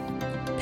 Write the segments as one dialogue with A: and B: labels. A: แถ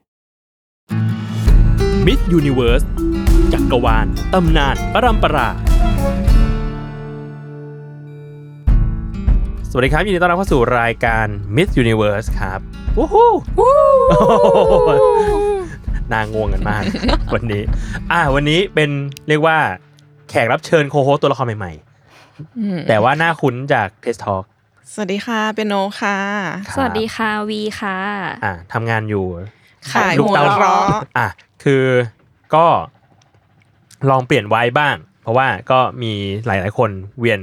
A: มิสยูนิเวิร์สจักรวาล ตำนาน ปรัมปรา สวัสดีครับยินดีต้อนรับเข้าสู่รายการ Miss Universe ครับวู้ฮู้โอ้โห นางงวงกันมาก วันนี้ อ่าวันนี้เป็นเรียกว่าแขกรับเชิญโคโฮสตัวละครใหม่
B: อืม
A: ๆ แต่ว่าหน้าคุ้นจากเทสทอ l k
B: สวัสดีค่ะเปียโนค่ะ
C: สวัสดีค่ะวีค่ะ
A: อ่าทำงานอยู่
B: ขาย
A: ลูก
B: หัว
A: เตา
B: เราะ
A: อ่ะคือก็ลองเปลี่ยนไว้บ้าง เพราะว่าก็มีหลาย ๆ คนเวียน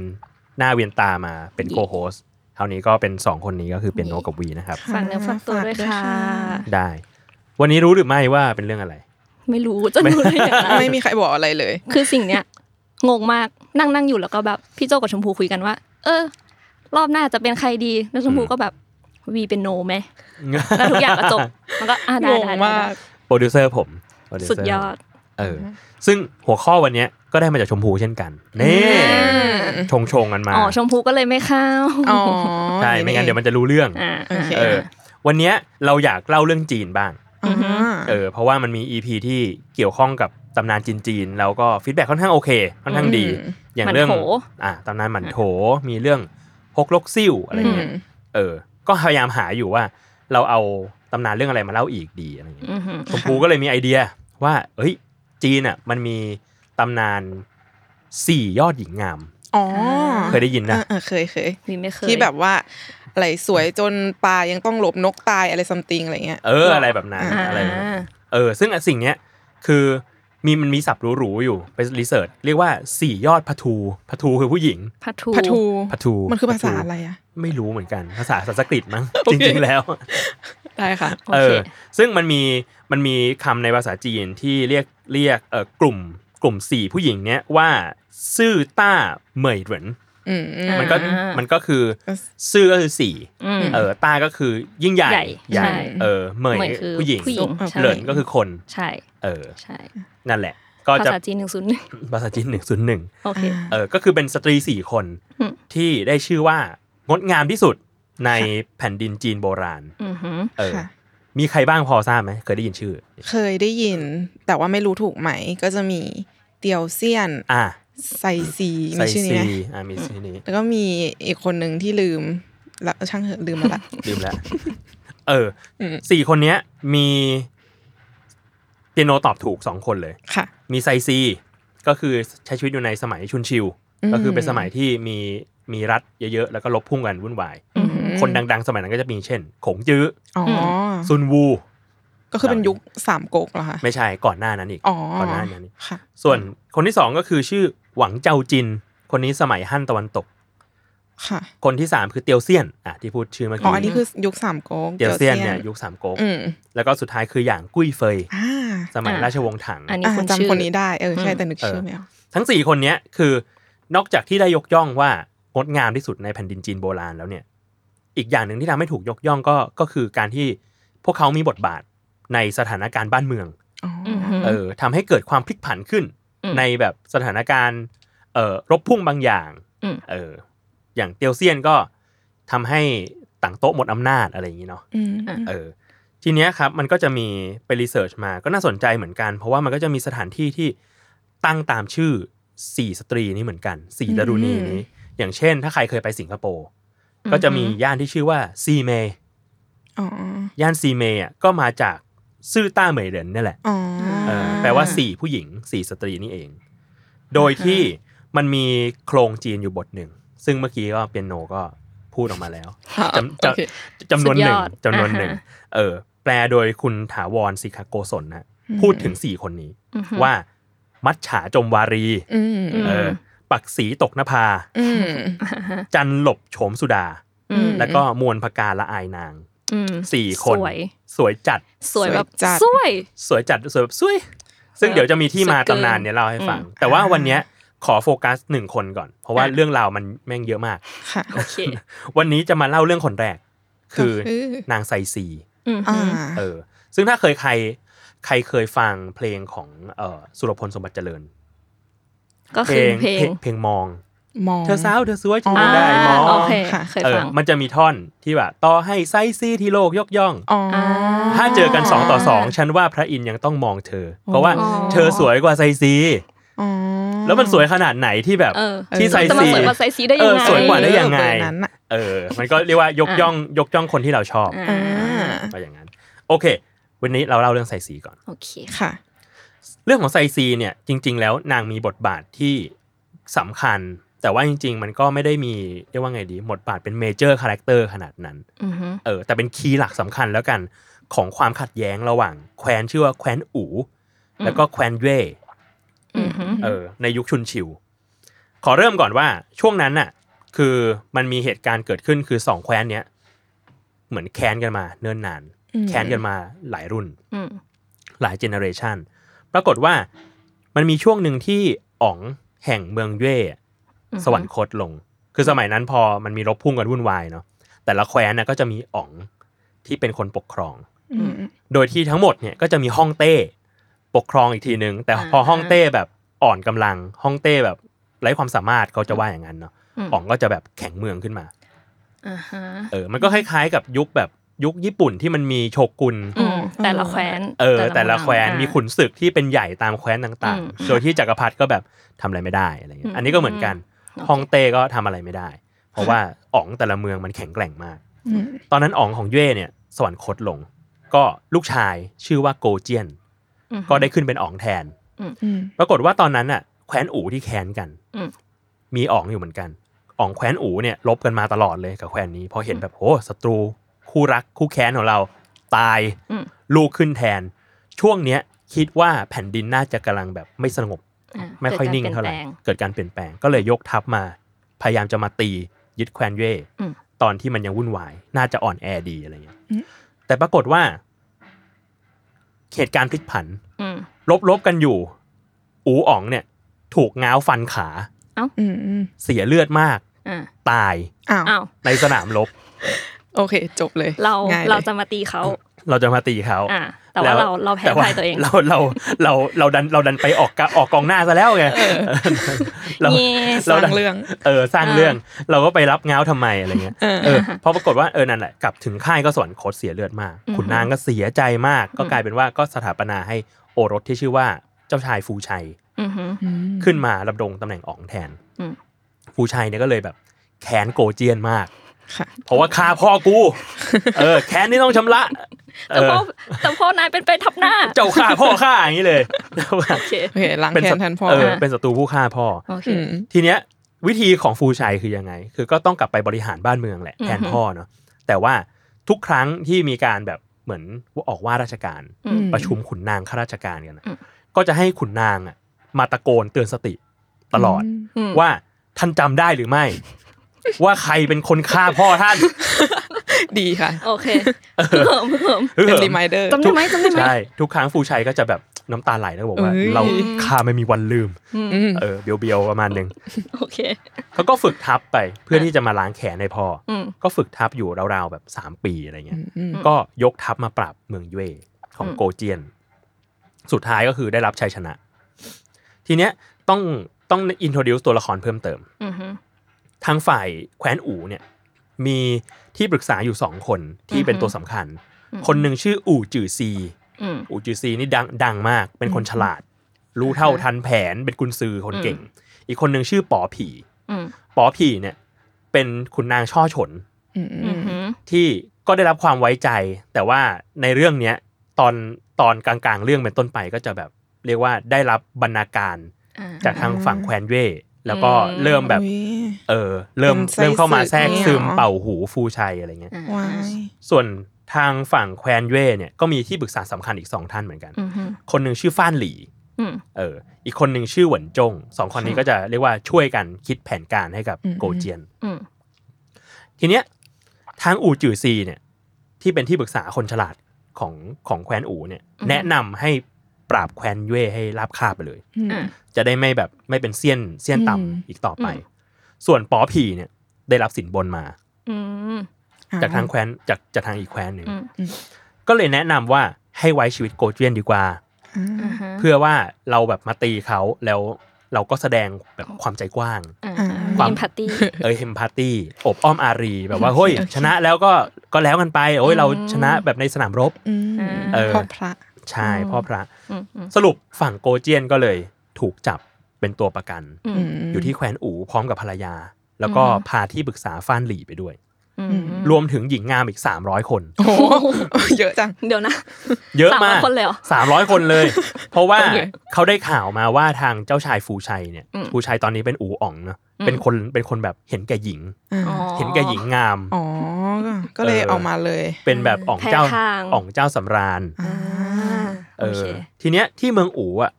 A: หน้าเวียนตามาเป็นโคโฮสคราวนี้ก็เป็น 2 คนนี้ก็คือเปียโนกับวีนะครับ
C: ฝากเนื้อฝากตัวด้วยค่ะ
A: ได้ วันนี้รู้หรือไม่ว่าเป็นเรื่องอะไร
C: ไม่รู้จะรู้ได้ยังไง
B: ไม่มีใครบอกอะไรเลย
C: คือสิ่งเนี้ยงงมากนั่งนั่งอยู่แล้วก็แบบพี่โจกับชมพูคุยกันว่า เออ รอบหน้าจะเป็นใครดีแล้วชมพูก็แบบวีเป็นโนไหมแล้วทุกอย่างก็ จบมันก็อ่ะได้
B: งง
C: ได้
B: มา
C: ได้
B: ก
A: โปรดิวเซอร์ผมโปรวเซ
C: สุ
A: ร์
C: ดยอด
A: เออ ซึ่งหัวข้อวันเนี้ยก็ได้มาจากชมพูเช่นกันนี่ชงชงๆกันมา
C: อ๋อชมพูก็เลยไม่เข้า
B: อ๋อ
A: ใช่ไม่งั้นเดี๋ยวมันจะรู้เรื่อง
C: อ่า
B: โอเค
A: เออ วันเนี้ยเราอยากเล่าเรื่องจีนบ้าง
B: อ่า
A: เออเพราะว่ามันมี EP ที่เกี่ยวข้องกับตำนานจีนๆแล้วก็ฟีดแบ็ค่อนข้างโอเคค่อนข้างดี อย่างเรื่อง
C: มันโถ
A: อ่ะตำนานหมันโถมีเรื่องฮกลกซิ่วอะไร
B: อื
A: เงี้ย
B: ม
A: เออ ก็พยายามหาอยู่ว่า เราเอาตำนานเรื่องอะไรมาเล่าอีกดีอะไรเงี้ย
C: อือหือ
A: ชมพูก็เลยมีไอเดียว่า เอ้ย จีนอ่ะมันมีตำนานสี่ยอดหญิงงาม
B: อ๋อ
A: เคยได้ยินนะ
B: เออเคยเคย
C: วีไม่เคย
B: ที่แบบว่าอะไรสวยจนปลายังต้องหลบนกตายอะไรซัมติงอะไรเงี้ย
A: เอออะไรแบบนั้น
B: อ่า
A: อะไรแบบนั้น เออซึ่งอันสิ่งเนี้ยคือมีมันมีศัพท์หรูๆอยู่ไปรีเสิร์ชเรียกว่าสี่ยอดพัทูพัทูคือผู้หญิง
C: พัทู
B: พัทู
A: พัทู
B: มันคือภา
A: พั
B: ษา
A: ทู
B: อะไรอะ
A: ไม่รู้เหมือนกันภาษาสันสกฤต มั้ง
B: โอ
A: จ
B: เค
A: ริงๆแล้ว
B: ได้ค่ะ
C: โอ
A: เอ
C: เค
A: อซึ่งมันมีมันมีคำในภาษาจีนที่เรียกเรียกเออกลุ่มกลุ่มสี่ผู้หญิงเนี้ยว่าซื่อต้าเหมยเหริน
B: อืม
A: มันก็
C: อ่ามั
A: มันก็คือ
B: ก็
A: ซื่อก็คือสี่
C: อืม
A: เออต้าก็คือยิ่งใหญ่
C: ใหญ่
A: ใหญ่
C: ใช่
A: เออเหมย
C: เหมยคือ
A: ผู้หญิง
C: ผู้หญิงใช่
A: เหรินก็คือคน
C: ใช่
A: เออ
C: ใช่
A: นั่นแหละ ก็
C: ภา
A: จะ
C: ษาจีนหนึ่งศูนย์หนึ่ง
A: ภาษาจีนหนึ่งศูนย์หนึ่ง
C: โอเค
A: เออ ก็คือเป็นสตรีสี่คน
C: อืม
A: ที่ได้ชื่อว่างดงามที่สุดในแผ่นดินจีนโบราณ
C: อือหือ
A: เออ
B: ค่ะ
A: มีใครบ้างพอทราบไหม เคยได้ยินชื่อ
B: เคยได้ยิน แต่ว่าไม่รู้ถูกไหม ก็จะมีเตียวเซียน
A: อ่ะ
B: ไซซี
A: ไซ
B: มีชื่อนี้
A: ซี
B: ไหม
A: อ่ะมีชื่อนี้
B: แล้วก็มีอีกคนหนึ่งที่ลืมละช่างเหอะลืมมาละ
A: ลื มแล้ว เอออ
B: ม
A: สี่คนเนี้ย มีเปียโนตอบถูกสองคนเลย
B: ค่ะ
A: มีไซซี ก็คือใช้ชีวิตอยู่ในสมัยชุนชิว
B: อืม
A: ก็คือเป็นสมัยที่มีมีรัฐเยอะๆ แล้วก็ลบพุ่งกันวุ่นวาย
C: อืม
A: คนดังๆ สมัยนั้นก็จะมีเช่น ขงจื้อ
B: อ๋ออ
A: ซุนวู
B: ก็คือเป็นยุคสามก๊กเหรอคะ
A: ไม่ใช่ก่อนหน้านั้นอีก
B: อ๋อ
A: ก่อนหน้านั้นอีก
B: ค่ะ
A: ส่วนคนที่สองก็คือชื่อหวังเจ้าจิน คนนี้สมัยฮั่นตะวันตก
B: ค่ะ
A: คนที่สามคือเตียวเซียนอ่ะที่พูดชื่อเมื่อ
B: อ๋อ
A: กี้
B: อันนี้คือยุคสามก๊ก
A: เตียวเซียนเนี่ยยุคสามก๊ก
B: อืม
A: แล้วก็สุดท้ายคืออย่างกุ้ยเฟย
B: อ่า
A: สมัย
C: อ่ะ
A: ราชวงศ์ถัง
C: อันนี้
B: อ่า
C: คุณชื่อ
B: จำคนนี้ได้เออใช่
C: อืม
B: แต่นึกชื่อไม่ออก
A: ทั้งสี่คนเนี้ยคือนอกจากที่ได้ยกย่องว่างดงามที่สุดในแผ่นดินจีนโบราณแล้วเนี่ย อีกอย่างหนึ่งที่ทำให้ถูกยกย่องก็ก็คือการที่พวกเขามีบทบาทในสถานการณ์บ้านเมือง
B: อ๋อ
C: ม
B: อ
A: เออทำให้เกิดความพลิกผันขึ้น
C: อืม
A: ในแบบสถานการณ์เอ่อรบพุ่งบางอย่าง
C: อืม
A: เอออย่างเตียวเซียนก็ทำให้ต่างโต๊ะหมดอำนาจอะไรอย่างนี้เนาะ
B: อืม
C: อ่ะ
A: เออทีเนี้ยครับมันก็จะมีไปรีเสิร์ชมาก็น่าสนใจเหมือนกัน เพราะว่ามันก็จะมีสถานที่ที่ตั้งตามชื่อสี่สตรีนี้เหมือนกันสี่ดารุณีนี้ อย่างเช่น ถ้าใครเคยไปสิงคโปร์ก็จะมีย่านที่ชื่อว่าซีเมย์
B: อ๋อย่
A: านซีเมย์อ่ะก็มาจากซื่อต้าเหมยเหรินนี่แหละ
B: อ๋อ
C: อ่า
A: อ่าแปลว่าสี่ผู้หญิงสี่สตรีนี่เอง โดยที่มันมีโครงจีนอยู่บทหนึ่ง ซึ่งเมื่อกี้ก็เปียโนก็พูดออกมาแล้ว
B: อ่า
A: จำจ
B: โอเค
A: ำจำนวนหนึ่ง
C: สุดยอด
A: จำนวนหนึ่ง
C: อ่าฮะ
A: เออ แปลโดยคุณถาวรสิคาโกศลนะพูดถึงสี่คนนี้
C: อือฮึ
A: ว่ามัจฉาจมวารี
B: อืม
C: อืม
A: เออ ปักสีตกนภา
B: อืม
A: จันหลบโฉมสุดา
C: อืม
A: แล้วก็มวลพกาละอายนาง
C: อืม
A: สี่คน
C: สวย
A: สวยจัด
C: สวยแบบ
B: จัด
C: สวย
A: สวยจัดสวยแบบสวย ซึ่ง
C: เออ
A: เดี๋ยวจะมีที่มา
C: สุดเกิน
A: ตำนานเนี่ยเล่าให้ฟัง
C: อืม
A: แต่ว่าวันเนี้ยขอโฟกัสหนึ่งคนก่อน เพราะว่า
C: อ่ะ
A: เรื่องราวมันแม่งเยอะมาก
B: ค่ะ
C: โอเค
A: วันนี้จะมาเล่าเรื่องคนแรก คือ
B: ก็
A: นางไซซี
C: อืม
B: อ่า
A: เออ ซึ่งถ้าเคยใครใครเคยฟังเพลงของเออสุรพลสมบัติเจริญ
C: ก็
A: เพล
C: คือง เพลง
A: เพลงมอง
B: มอง
A: เธอสาวเธอสวยฉัน
B: อ่า
A: ก็ได้มอง
C: โอเค
B: ค่ะ
C: เคย
A: เออ
C: ฟัง
A: มันจะมีท่อนที่แบบต่อให้ไซซีที่โลกยกย่อง
B: อ๋อ
A: ถ้าเจอกันสองต่อสองฉันว่าพระอินทร์ยังต้องมองเธอ เพราะว่า
C: อ๋อ
A: เธอสวยกว่าไซซี
B: อ๋อ
A: แล้วมันสวยขนาดไหนที่แบบ
C: เออ
A: ที่ไซ
C: จะมา
A: ซี
C: สวยกว่าไซซีได้
A: เอ
C: ยั
A: อ
C: งไง
A: สวยกว่าได้ยังไง
B: เบอร์นั้นน่ะ
A: เออ มันก็เรียกว่ายกย่องยกย่องคนที่เราชอบ
C: อ่า
A: ก็อย่างนั้น โอเค วันนี้เราเล่าเรื่องไซซีก่อน
C: โอเค
B: ค่ะ
A: เรื่องของไซซีเนี่ยจริง ๆ แล้วนางมีบทบาทที่สำคัญ แต่ว่าจริง ๆ มันก็ไม่ได้มีเรียกว่าไงดีบทบาทเป็นเมเจอร์คาแรคเตอร์ขนาดนั้น
C: อือฮึ
A: เออแต่เป็นคีย์หลักสำคัญแล้วกันของความขัดแย้งระหว่าง แคว้นชื่อว่าแคว้นอู่แล้วก็แคว้นเว่ย
C: อือฮึ
A: เออในยุคชุนชิว ขอเริ่มก่อนว่าช่วงนั้นน่ะ คือมันมีเหตุการณ์เกิดขึ้นคือสองแคว้นเนี้ยเหมือนแค้นกันมาเนิ่นนาน
B: อืม
A: แค้นกันมาหลายรุ่น
C: อืม
A: หลายเจเนอเรชันปรากฏว่ามันมีช่วงหนึ่งที่อ๋องแห่งเมืองเย่อะสวรรคตลง คือสมัยนั้นพอมันมีรบพุ่งกันวุ่นวายเนาะแต่ละแคว้นน่ะก็จะมีอ๋องที่เป็นคนปกครอง
B: อืม
A: โดยที่ทั้งหมดเนี่ยก็จะมีฮ่องเต้ปกครองอีกทีหนึ่งแต่พอฮ่องเต้แบบอ่อนกำลังฮ่องเต้แบบไร้ความสามารถเขาจะว่าอย่างนั้นเนาะ
C: ม
A: อ่องก็จะแบบแข็งเมืองขึ้นมา
C: อ่าฮะ
A: เออมันก็คล้ายๆ กับยุคแบบยุคญี่ปุ่นที่มันมีโชกุน
C: อืมแต่ละแคว้น
A: เออแต่ละแคว้น
C: อ่า
A: มีขุนศึกที่เป็นใหญ่ตามแคว้นต่าง
C: อืม
A: ๆ โดยที่จักรพรรดิก็แบบทำอะไรไม่ได้อะไรเงี้
C: อื
A: ย
C: ม
A: อันนี้ก็เหมือนกัน
C: อืม
A: ฮ่องเต้ก็ทำอะไรไม่ได้ เพราะว่าอ่องแต่ละเมืองมันแข็งแกร่งมาก
B: อืม
A: ตอนนั้นอ๋องของเย่เนี่ยสวรรคตลง ก็ลูกชายชื่อว่าโกเจียน
C: อืม
A: ก็ได้ขึ้นเป็นอ๋องแทน
B: อืม
A: ปรากฏว่าตอนนั้นน่ะแคว้นอู่ที่แค้นกัน
C: อืม
A: มีอ๋องอยู่เหมือนกันอ๋องแคว้นอู่เนี่ยลบกันมาตลอดเลยกับแคว้นนี้พอเห็นแบบโอ้ศัตรู คู่รักคู่แค้นของเรา ตาย
C: อืม
A: ลูกขึ้นแทน ช่วงเนี้ยคิดว่าแผ่นดินน่าจะกำลังแบบไม่สงบ
C: อ่า
A: ไม่ค่อยนิ่งเท่าไหร่
C: กิดกปลี่ยนแปล
A: เกิดการเปลี่ยนแปลงก็เลยยกทัพมา พยายามจะมาตียึดแคว้นเย่
C: อืม
A: ตอนที่มันยังวุ่นวาย น่าจะอ่อนแอดีอะไรเงี้ย
B: อืม
A: แต่ปรากฏว่าเหตุการณ์พลิกผัน
C: อืม
A: ลบลบๆกันอยู่ อูอ๋องเนี่ย ถูกง้าวฟันขา
B: อืมอืม
A: เสียเลือดมาก
C: อ่า
A: ตาย
B: อ้าว
C: อ้าว
A: ในสนามรบ
B: โอเค จบเลย
C: เรา
B: ง่ยลย
C: เราจะมาตีเขา
A: เราจะมาตีเขา
C: อ่าแต่ว่า
A: ล้
C: เราเราแพ้
A: ต่
C: ภายตัวเอง
A: เราเราเราเราดันเราดันไปออกกะออกกองหน้าซะแล้วไงเรา
C: เย่
B: ส
A: เรา
B: ร้า
A: ดั
B: ง
A: น
B: เรื่อง
A: เออสร้างเรื่อง เราก็ไปรับง้าวทำไมอะไรเงี้ย
B: เออ
A: เอ อเพราะปรากฏว่าเออนั่นแหละกลับถึงค่ายก็สวนโคตรเสียเลือดมาก ขุนนางก็เสียใจมาก ก็กลายเป็นว่าก็สถาปนาให้โอรสที่ชื่อว่าเจ้าชายฟูชัย
C: อือฮึ
B: อืม
A: ขึ้นมาดำรงตำแหน่งอ๋องแทน
C: อืม
A: ฟูชัยเนี่ยก็เลยแบบแค้นโกเจียนมาก
B: ค่ะ
A: เพราะว่าฆ่าพ่อกู เออ แค้นนี่ต้องชำระเอ
C: แต่
A: อ
C: พ่อแต่พ่อนายเป็นไปทับหน้า
A: เจ้าฆ่าพ่อฆ่าอย่างนี้เลย
C: โอเค
B: โอเคล้าง
A: เป็น
B: แค้
A: ศั
B: น
A: ต
B: แทนพ่อ
A: เออ
C: นะ
A: เป็นศัตรูผู้ฆ่าพ่อ
C: โอเค
B: ม
A: ทีเนี้ยวิธีของฟูชัยคือยังไง คือก็ต้องกลับไปบริหารบ้านเมืองแหละ
C: อือฮึ
A: แทนพ่อเนาะแต่ว่าทุกครั้งที่มีการแบบเหมือนว่าออกว่าราชการ
C: อืม
A: ประชุมขุนนางข้าราชการกันน่ะ
C: อืม
A: ก็จะให้ขุนนางอ่ะมาตะโกนเตือนสติตลอด
B: ม
C: อืม
A: ว่าท่านจำได้หรือไม่ ว่าใครเป็นคนฆ่าพ่อ ท่าน
B: ดีค่ะ
C: โอเคเพิ่มเพิ่ม
B: เป็นรีมายเดอร์
C: จำได้ไหมจำได้ไหม
A: ใช่ ทุกครั้งฟูชัยก็จะแบบน้ำตาไหลแล้วบอกว่า
B: เอ้ย
A: เราฆ่าไม่มีวันลืม
C: อืม
A: เออเบียวๆ ประมาณหนึ่ง
C: โอเค
A: เขาก็ฝึกทับไปเพื่อที่จะมาล้างแขนในพ่ออ
C: อืม
A: ก็ฝึกทับอยู่ราวๆ แบบ 3 ปีอะไรเงี้ย
B: อืม
A: ก็ยกทัพมาปราบเมืองเย่ของ
C: อืม
A: โกเจียน สุดท้ายก็คือได้รับชัยชนะ ทีเนี้ยต้องต้องอินโทรดิวตัวละครเพิ่มเติม
C: อือฮึ
A: ทางฝ่ายแคว้นอู่เนี่ยมีที่ปรึกษาอยู่สองคนที่เป็น
C: อือฮึ
A: ตัวสำคัญ
C: อือฮึ
A: คนหนึ่งชื่ออู่จือซี
C: อืม
A: อู่จือซีนี่ดังดังมาก เป็นคนฉลาด รู้เท่าทันแผนเป็นกุนซือคนเก่ง อีกคนหนึ่งชื่อป๋อผี
C: อืม
A: ป๋อผีเนี่ยเป็นขุนนางช่อฉน
B: อืมอื
C: อื
B: ม
C: อฮึ
A: ที่ก็ได้รับความไว้ใจ แต่ว่าในเรื่องเนี้ยตอนตอนกลางๆ เรื่องเป็นต้นไปก็จะแบบ เรียกว่าได้รับบรรณาการ
C: อ่า
A: จากทางฝั่งแควนเว่ยแล้วก็
C: อืม
A: เริ่มแบบ
B: อุ๊ย
A: เออเริ่ม
B: เป็นไส้
A: เริ่มเข้ามาแทรก
B: ศึก
A: ซึม
B: เนี่ยเหรอ
A: เป่าหูฟูชัยอะไรเงี้ย
C: อ่า
B: ว้าย
A: ส่วนทางฝั่งแควนเว่ยเนี่ยก็มีที่ปรึกษาสำคัญอีกสองท่านเหมือนกัน
C: อืมฮึ
A: คนหนึ่งชื่อฟ้านหลี
C: อืม
A: เอออีกคนหนึ่งชื่อหวนจงสองคนนี้ก็จะเรียกว่าช่วยกันคิดแผนการให้กับโกเจียน
C: อืม
A: ทีเนี้ยทางอู่จือซีเนี่ยที่เป็นที่ปรึกษาคนฉลาดของของแควนอู่เนี่ยแนะนำให้ปราบแควนเย่ให้ราบคาบไปเลย
B: อืม
C: อ่า
A: จะได้ไม่แบบไม่เป็นเสี้ยนเสี้ยนต่ำ
B: อืม
A: อีกต่อไป
C: อืม
A: ส่วนป๋อผีเนี่ยได้รับสินบนมา
C: อืม
A: จากทางแควนจากจากทางอีกแควนหนึ่ง
C: อืม
A: ก็เลยแนะนำว่าให้ไว้ชีวิตโกเจียนดีกว่า
B: อ่า
C: อ่าฮะ
A: เพื่อว่าเราแบบมาตีเขาแล้วเราก็แสดงแบบความใจกว้าง
C: อ่า
A: ความ
C: มีมพัตตี้
A: เอยเฮมพาร์ตี้อบอ้อมอารีแบบว่าเฮ้ยชนะแล้วก็ก็แล้วกันไปโอ้ยเราชนะแบบในสนามรบ
B: อืม
A: เออ
B: พ่อพระ
A: ใช่
C: อืม
A: พ่อพระ
C: อืมอืม
A: สรุปฝั่งโกเจียนก็เลยถูกจับเป็นตัวประกัน
C: อืม
A: อยู่ที่แคว้นอู่พร้อมกับภรรยา แล้วก็
C: อืม
A: พาที่ปรึกษาฟ้านหลี่ไปด้วย
C: อืม
A: รวมถึงหญิงงามอีก 300 คน
B: โอ้โห เยอะจัง
C: เดี๋ยวนะ
A: เยอะมาก
C: 300คนเลยเหรอ
A: สามร้อยคน เลย เพราะว่า
B: โอเค
A: เขาได้ข่าวมาว่าทางเจ้าชายฟูชัยเนี่ย
C: อืม
A: ฟูชัยตอนนี้เป็นอู่อ๋องเนอะ
C: อืม
A: เป็นคนเป็นคนแบบเห็นแก่หญิง
B: า
C: อ๋อ
A: เห็นแก่หญิงงาม
B: อ๋อ ก็เลย
A: เออ
B: เออกมาเลย
A: เป็นแบบอ๋องเจ้า
C: แพ้ทาง
A: อ๋องเจ้าสำราญ
B: อ่า
C: อ่า
A: เอ
C: โอ
A: อ
C: เค
A: ทีเนี้ยที่เมืองอู่อ่ะ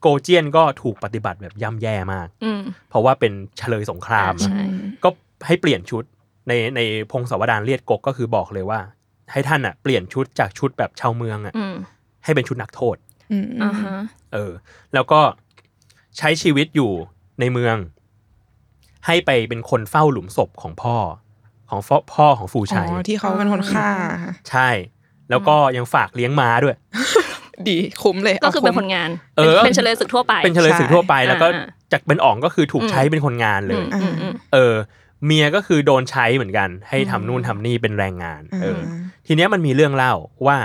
A: โกเจียนก็ถูกปฏิบัติแบบย่ำแย่มาก
C: อืม
A: เพราะว่าเป็นเฉลยสงคราม
C: ใช่
A: อะก็ให้เปลี่ยนชุดในในพงศาวดารเลียดกกก็คือบอกเลยว่า ให้ท่านอ่ะเปลี่ยนชุดจากชุดแบบชาวเมืองอ่ะ
C: อืม
A: ให้เป็นชุดนักโทษ
B: อืม
C: อ่าฮะ
A: เออ แล้วก็ใช้ชีวิตอยู่ในเมือง ให้ไปเป็นคนเฝ้าหลุมศพของพ่อ ของพ่อพ่อของฟู
B: อ๋
A: ชัย
B: อ ที่เขาเป็นคนฆ่า
A: ใช่ แล้วก็ยังฝากเลี้ยงม้าด้วย
B: ดีคุ้มเลย
C: ก็คือเป็นคน
B: ม
C: งาน
A: เออ
C: เป็นเป็นเฉลยศึกทั่วไป
A: เป็นเฉลยศึกทั่วไป
C: ใช่
A: แล้วก็
C: อ่า
A: จากเป็นอ่องก็คือถูก
C: อืม
A: ใช้เป็นคนงานเลย
C: อืมอืม
A: เออ เมียก็คือโดนใช้เหมือนกัน ให้ทำ
B: อืม
A: นู่นทำนี่เป็นแรงงาน เออ
B: อ่า
A: ทีเนี้ยมันมีเรื่องเล่าว่า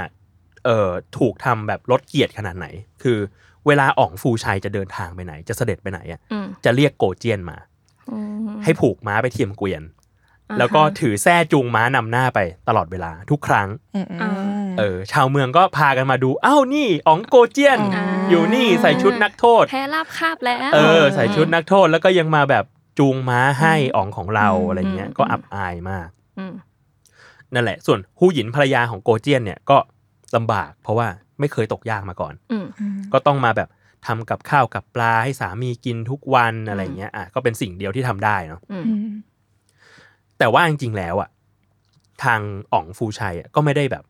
A: เออถูกทำแบบลดเกียรติขนาดไหน คือเวลาอ่องฟูชัยจะเดินทางไปไหน จะเสด็จไปไหนอ่ะ
C: อืม
A: จะเรียกโกเจียนมา
C: อืม
A: ให้ผูกม้าไปเทียมเกวียน
C: อ่าฮะ
A: แล้วก็ถือแส้จูงม้านำหน้าไปตลอดเวลาทุกครั้ง
B: อืมอืม
A: เออ ชาวเมืองก็พากันมาดู อ้าว นี่อ๋องโกเจียน
B: อ่า
A: อยู่นี่ใส่ชุดนักโทษ
C: แพ้ราบคาบแล้ว
A: เออใส่ชุดนักโทษแล้วก็ยังมาแบบจูงม้าให้อ๋องของเราอะไรเงี้ย
C: อืม
A: ก็อับอายมาก
C: อืม
A: นั่นแหละ ส่วนฮู้หยินภรรยาของโกเจียนเนี่ยก็ลำบาก เพราะว่าไม่เคยตกยากมาก่อน
C: อืม
A: ก็ต้องมาแบบทำกับข้าวกับปลาให้สามีกินทุกวันอะไรเงี้ยอ่ะก็เป็นสิ่งเดียวที่ทำได้เนาะ
C: อืม
B: อืม
A: แต่ว่าจริงๆแล้วอ่ะทางอ๋องฟูชัยอ่ะก็ไม่ได้แบบ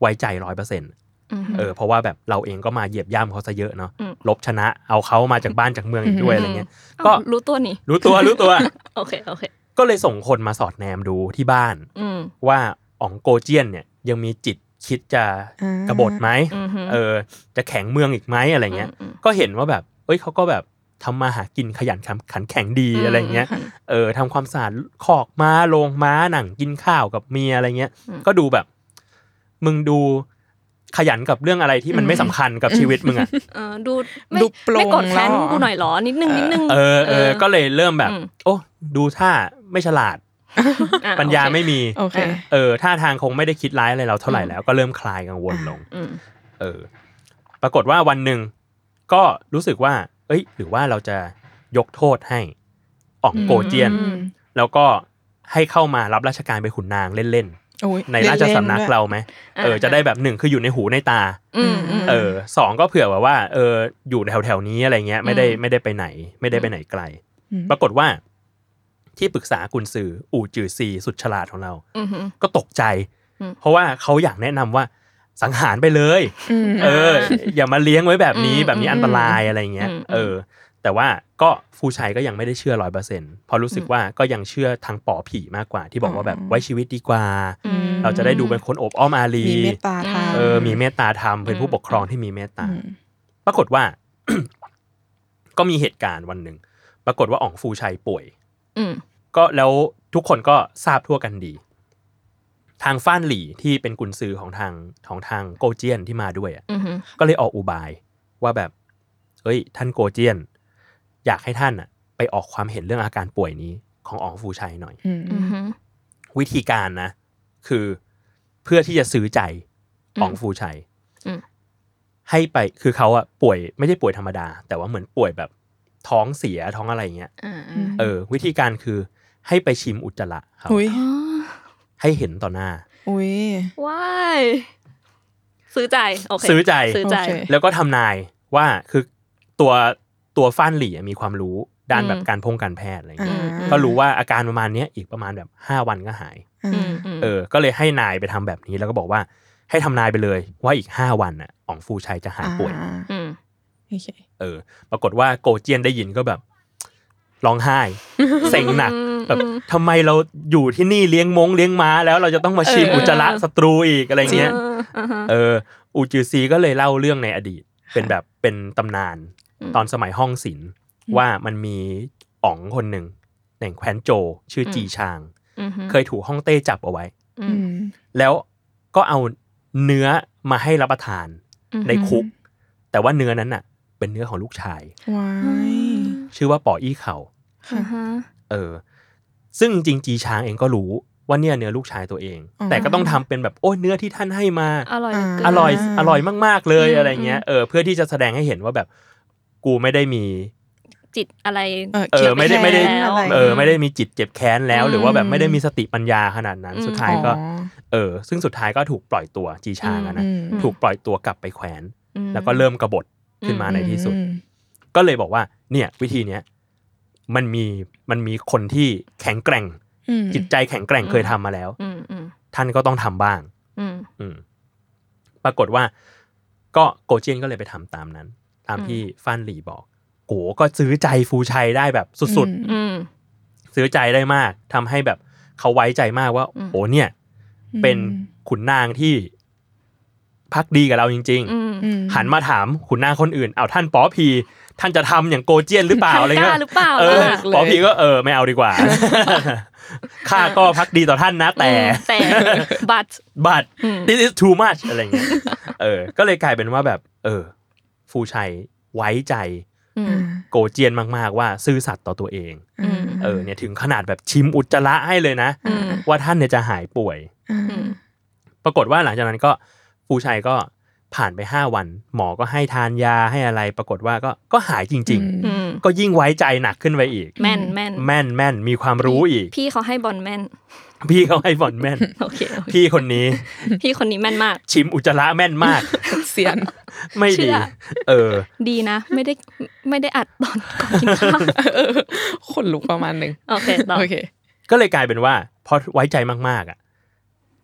A: ไว้ใจร้อยเปอร์เซ็นต์
C: อืม
A: เออเพราะว่าแบบเราเองก็มาเหยียบย่ำเขาซะเยอะเนาะ
C: อืม
A: ลบชนะเอาเขามาจากบ้านจากเมืองอีกด้วยอะไรเงี้ย
C: เอ้า
A: ก็
C: รู้ตัวนี่
A: รู้ตัวรู้ตัว
C: โอเคโอเค
A: ก็เลยส่งคนมาสอดแนมดูที่บ้าน
C: อืม
A: ว่าอ๋องโกเจียนเนี่ยยังมีจิตคิดจะ
B: อ่าก
A: บฏไหม
C: อือฮึ
A: เออ จะแข็งเมืองอีกไหมอะไรเงี้ย
C: อืม
A: ก็เห็นว่าแบบ เอ้ยเขาก็แบบทำมาหากินขยันขันขันแข็งดี
C: อืม
A: อะไรเงี้ยเออทำความสะอาดคอกม้าโลงม้าหนังกินข้าวกับเมียอะไรเงี้ย ก็ดูแบบ มึงดูขยันกับเรื่องอะไรที่มันไม่สำคัญกับชีวิตมึงอ่ะ
C: เออดูไม่
B: ดูปลง
C: ไม่กดแค้น
B: แล้วเหรอ
C: กูหน่อยเหรอนิดนึงนิดนึง
A: เออเออ ก็เลยเริ่มแบบ
C: อืม
A: โอ้ดูท่าไม่ฉลาด
C: อ่ะ
A: ปัญญา
C: โอเค
A: ไม่มี
B: โอเค
A: เออท่าทางคงไม่ได้คิดร้ายอะไรเราเท่าไหร่แล้วก็เริ่มคลายกังวลลง
C: อืม
A: เออ ปรากฏว่าวันหนึ่งก็รู้สึกว่า เอ้ย หรือว่าเราจะยกโทษให้อ่องโกเจียน
B: อืม
A: แล้วก็ให้เข้ามารับราชการเป็นขุนนางเล่น
B: อุ๊ย
A: ๆ ในราชสำนักเราไหมเออจะได้แบบหนึ่งคืออยู่ในหูในตา
C: อืมอืม
A: เออสองก็เผื่อแบบว่า เอออยู่แถวแถวๆนี้อะไรเงี้ย ไม่ได้
C: อืม
A: ไม่ได้ไปไหน ไม่ได้ไปไหนไกล
B: อืม
A: ปรากฏว่า ที่ปรึกษากุนซืออู่จือซีสุดฉลาดของเรา
C: มอืม
A: ก็ตกใจ
C: อืม
A: เพราะว่าเขาอยากแนะนำว่าสังหารไปเลย
B: อืม
A: เออ อย่ามาเลี้ยงไว้แบบนี้
C: อืม
A: แบบนี้อันตรายอะไรเงี้ย
C: อืม
A: เออ แต่ว่าก็ฟูชัยก็ยังไม่ได้เชื่อร้อยเปอร์เซ็นต์พอรู้สึกว่าก็ยังเชื่อทางปอผีมากกว่า ที่บอกว่าแบบ
B: อ๋อ
A: ไว้ชีวิตดีกว่า
C: อืม
A: เราจะได้ดูเป็นคนโอบอ้อมอารี
B: มีเมตตาทาน
A: เออมีเมตตาธรรมเป็นผู้ปกครองที่มีเมตตา
B: อืม
A: ปรากฏ ว่า ก็มีเหตุการณ์วันหนึ่งปรากฏว่าอ่องฟูชัยป่วย
C: อืม
A: ก็แล้วทุกคนก็ทราบทั่วกันดี ทางฟ้านหลี่ที่เป็นกุนซือของทางของทางโกเจียนที่มาด้วยอะ
C: อืมอืม
A: ก็เลยออกอุบายว่าแบบ เอ้ย ท่านโกเจียน อยากให้ท่านอะไปออกความเห็นเรื่องอาการป่วยนี้ของอองฟูชัยหน่อย
B: อืม
C: อืม
A: วิธีการนะ คือเพื่อที่จะซื้อใจ
C: อืม
A: อองฟูชัย
C: อืม
A: ให้ไปคือเขาอะป่วยไม่ใช่ป่วยธรรมดา แต่ว่าเหมือนป่วยแบบท้องเสียท้องอะไรอย่างเงี้ย
C: อ่า
B: อืม
A: เออ วิธีการคือให้ไปชิมอุจจาระครับ
B: อุ้ย
C: อ๋อ
A: ให้เห็นต่อหน้า
B: อุ้ย
C: ว้ายซื้อใจโอเค
A: ซื้อใจ
C: ซื้อใจ
B: โอเค
A: แล้วก็ทำนายว่าคือตัวตัวฟ้านหลี่อะมีความรู้ด้านแบบ
C: อืม
A: การพงการแพทย์อะไรอย่าง
B: อ่า
A: เงี้ย
C: อืม
A: ก็รู้ว่าอาการประมาณเนี้ยอีกประมาณแบบห้าวันก็หาย
B: อ่า
C: อืมอืม
A: เออ ก็เลยให้นายไปทำแบบนี้แล้วก็บอกว่าให้ทำนายไปเลยว่าอีกห้าวันน่ะอ๋องฟูชัยจะหายป่วย
B: อ่าม โอเค
A: เออ ปรากฏว่าโกเจียนได้ยินก็แบบร้องไห้ เซ็งหนักแบบทำไมเราอยู่ที่นี่เลี้ยงมงเลี้ยงม้าแล้วเราจะต้องมาชิมอุจจาระศัตรูอีกอะไรเงี้ย
C: เอออ่าฮะ
A: เอออูจือซีก็เลยเล่าเรื่องในอดีต เป็นแบบเป็นตำนาน
C: อืม
A: ตอนสมัยห้องศิลป์ว่ามันมีอ๋องคนหนึ่งแห่งแคว้นโจวชื่ออ
C: ม
A: จีชาง
C: อืมฮึ
A: เคยถูกฮ่องเต้จับเอาไว้
C: อื
B: อื
C: ม
B: ม
A: แล้วก็เอาเนื้อมาให้รับประทาน
C: อืม
A: ในคุก แต่ว่าเนื้อนั้นน่ะ เป็นเนื้อของลูกชาย
B: ว้า
C: อื
B: ย
C: ม
A: ชื่อว่าป่ออี้เขา
C: อ่าฮะ
A: เออ ซึ่งจริงๆจีชางเองก็รู้ว่าเนี่ยเนื้อลูกชายตัวเอง
B: อ๋อ
A: แต่ก็ต้องทำเป็นแบบโอ้ยเนื้อที่ท่านให้มา
C: อร่อยเหลืเกิน
A: อร่อย
B: อ่า
A: อร่อยมากๆเลย
C: อืม
A: อะไรเงี้ย
C: อืม
A: เออเพื่อที่จะแสดงให้เห็นว่าแบบ กูไม่ได้มี
C: จิตอะไร
B: เออ
A: เออ
B: เขียว
A: ไม่ได้ไม่ได้
B: แค้นอะไร
A: เออไม่ได้มีจิตเจ็บแค้นแล้ว
C: อืม
A: หรือว่าแบบไม่ได้มีสติปัญญาขนาดนั้น
C: อืม
A: สุดท้ายก็
B: อ๋อ
A: เออ ซึ่งสุดท้ายก็ถูกปล่อยตัวจีชางอะนะ
B: อืม
A: ถูกปล่อยตัวกลับไปแขวน
C: อืม
A: แล้วก็เริ่มกบฏขึ้นมา
C: อืม
A: ในที่สุด
B: อืม
A: ก็เลยบอกว่า เนี่ย วิธีเนี้ยมันมีมันมีคนที่แข็งแกร่ง
B: อืม
A: จิตใจแข็งแกร่งเคยทำมาแล้ว
C: อืมอืม
A: ท่านก็ต้องทำบ้าง
C: อืม
A: อืมปรากฏว่า ก็โกเจียนก็เลยไปทำตามนั้น ตาม
C: อืม
A: ที่ฟานหลี่บอก โกก็ซื้อใจฟูชัยได้แบบสุด
C: อืม
A: ๆ ซื้อใจได้มากทำให้แบบเขาไว้ใจมากว่า
C: อืม
A: โอ้เนี่ย
B: อืม
A: เป็นขุนนางที่พักดีกับเราจริง
C: อืม
B: อืม
A: ๆ หันมาถามขุนนางคนอื่น เอาท่านป๋อพี ท่านจะทำอย่างโกเจียนหรือเปล่า
C: ท่น
A: อะไร
C: กล้า
A: เงี้ย
C: หรือเปล่า
A: เออ
C: ล่ะ
A: ป๋อพีก็เออไม่เอาดีก ว่า ข้าก็พักดีต่อท่านนะแต่
C: อืม แต่ but
A: บัต
C: อืม
A: this is too much อะไรเงี้ย เออ ก็เลยกลายเป็นว่าแบบ เออ ฟูชัยไว้ใจ
C: อื
B: อ่าม
A: โกเจียนมากๆว่าซื่อสัตย์ต่อตัวเอง
B: อ่า
A: เออ เนี่ยถึงขนาดแบบชิมอุจจาระให้เลยนะ
C: อืม
A: ว่าท่านเนี่ยจะหายป่วย
B: อ่า
C: อืม
A: ปรากฏว่าหลังจากนั้นก็ฟูชัยก็ผ่านไป 5 วัน หมอก็ให้ทานยาให้อะไร ปรากฏว่าก็ก็หายจริง
C: อืม
A: ๆ ก็ยิ่งไว้ใจหนักขึ้นไปอีก
C: แม่นแม่น
A: แม่นแม่นมีความรู้อีก
C: พี่เขาให้บอลแม่น
A: พี่เขาให้บอลแม่น
C: โอเคโอเค
A: พี่คนนี้
C: พี่คนนี้แม่นมาก
A: ชิมอุจจาระแม่นมาก
B: เสียน
A: ไม่ดี
C: เชื่อ
A: เออ
C: ดีนะ ไม่ได้ไม่ได้อัดตอนก่อนกินข้าว
B: เออขนลุกประมาณหนึ่ง
C: โอเคต่อ
B: โอเค
A: ก็เลยกลายเป็นว่าพอไว้ใจมากๆอ่ะ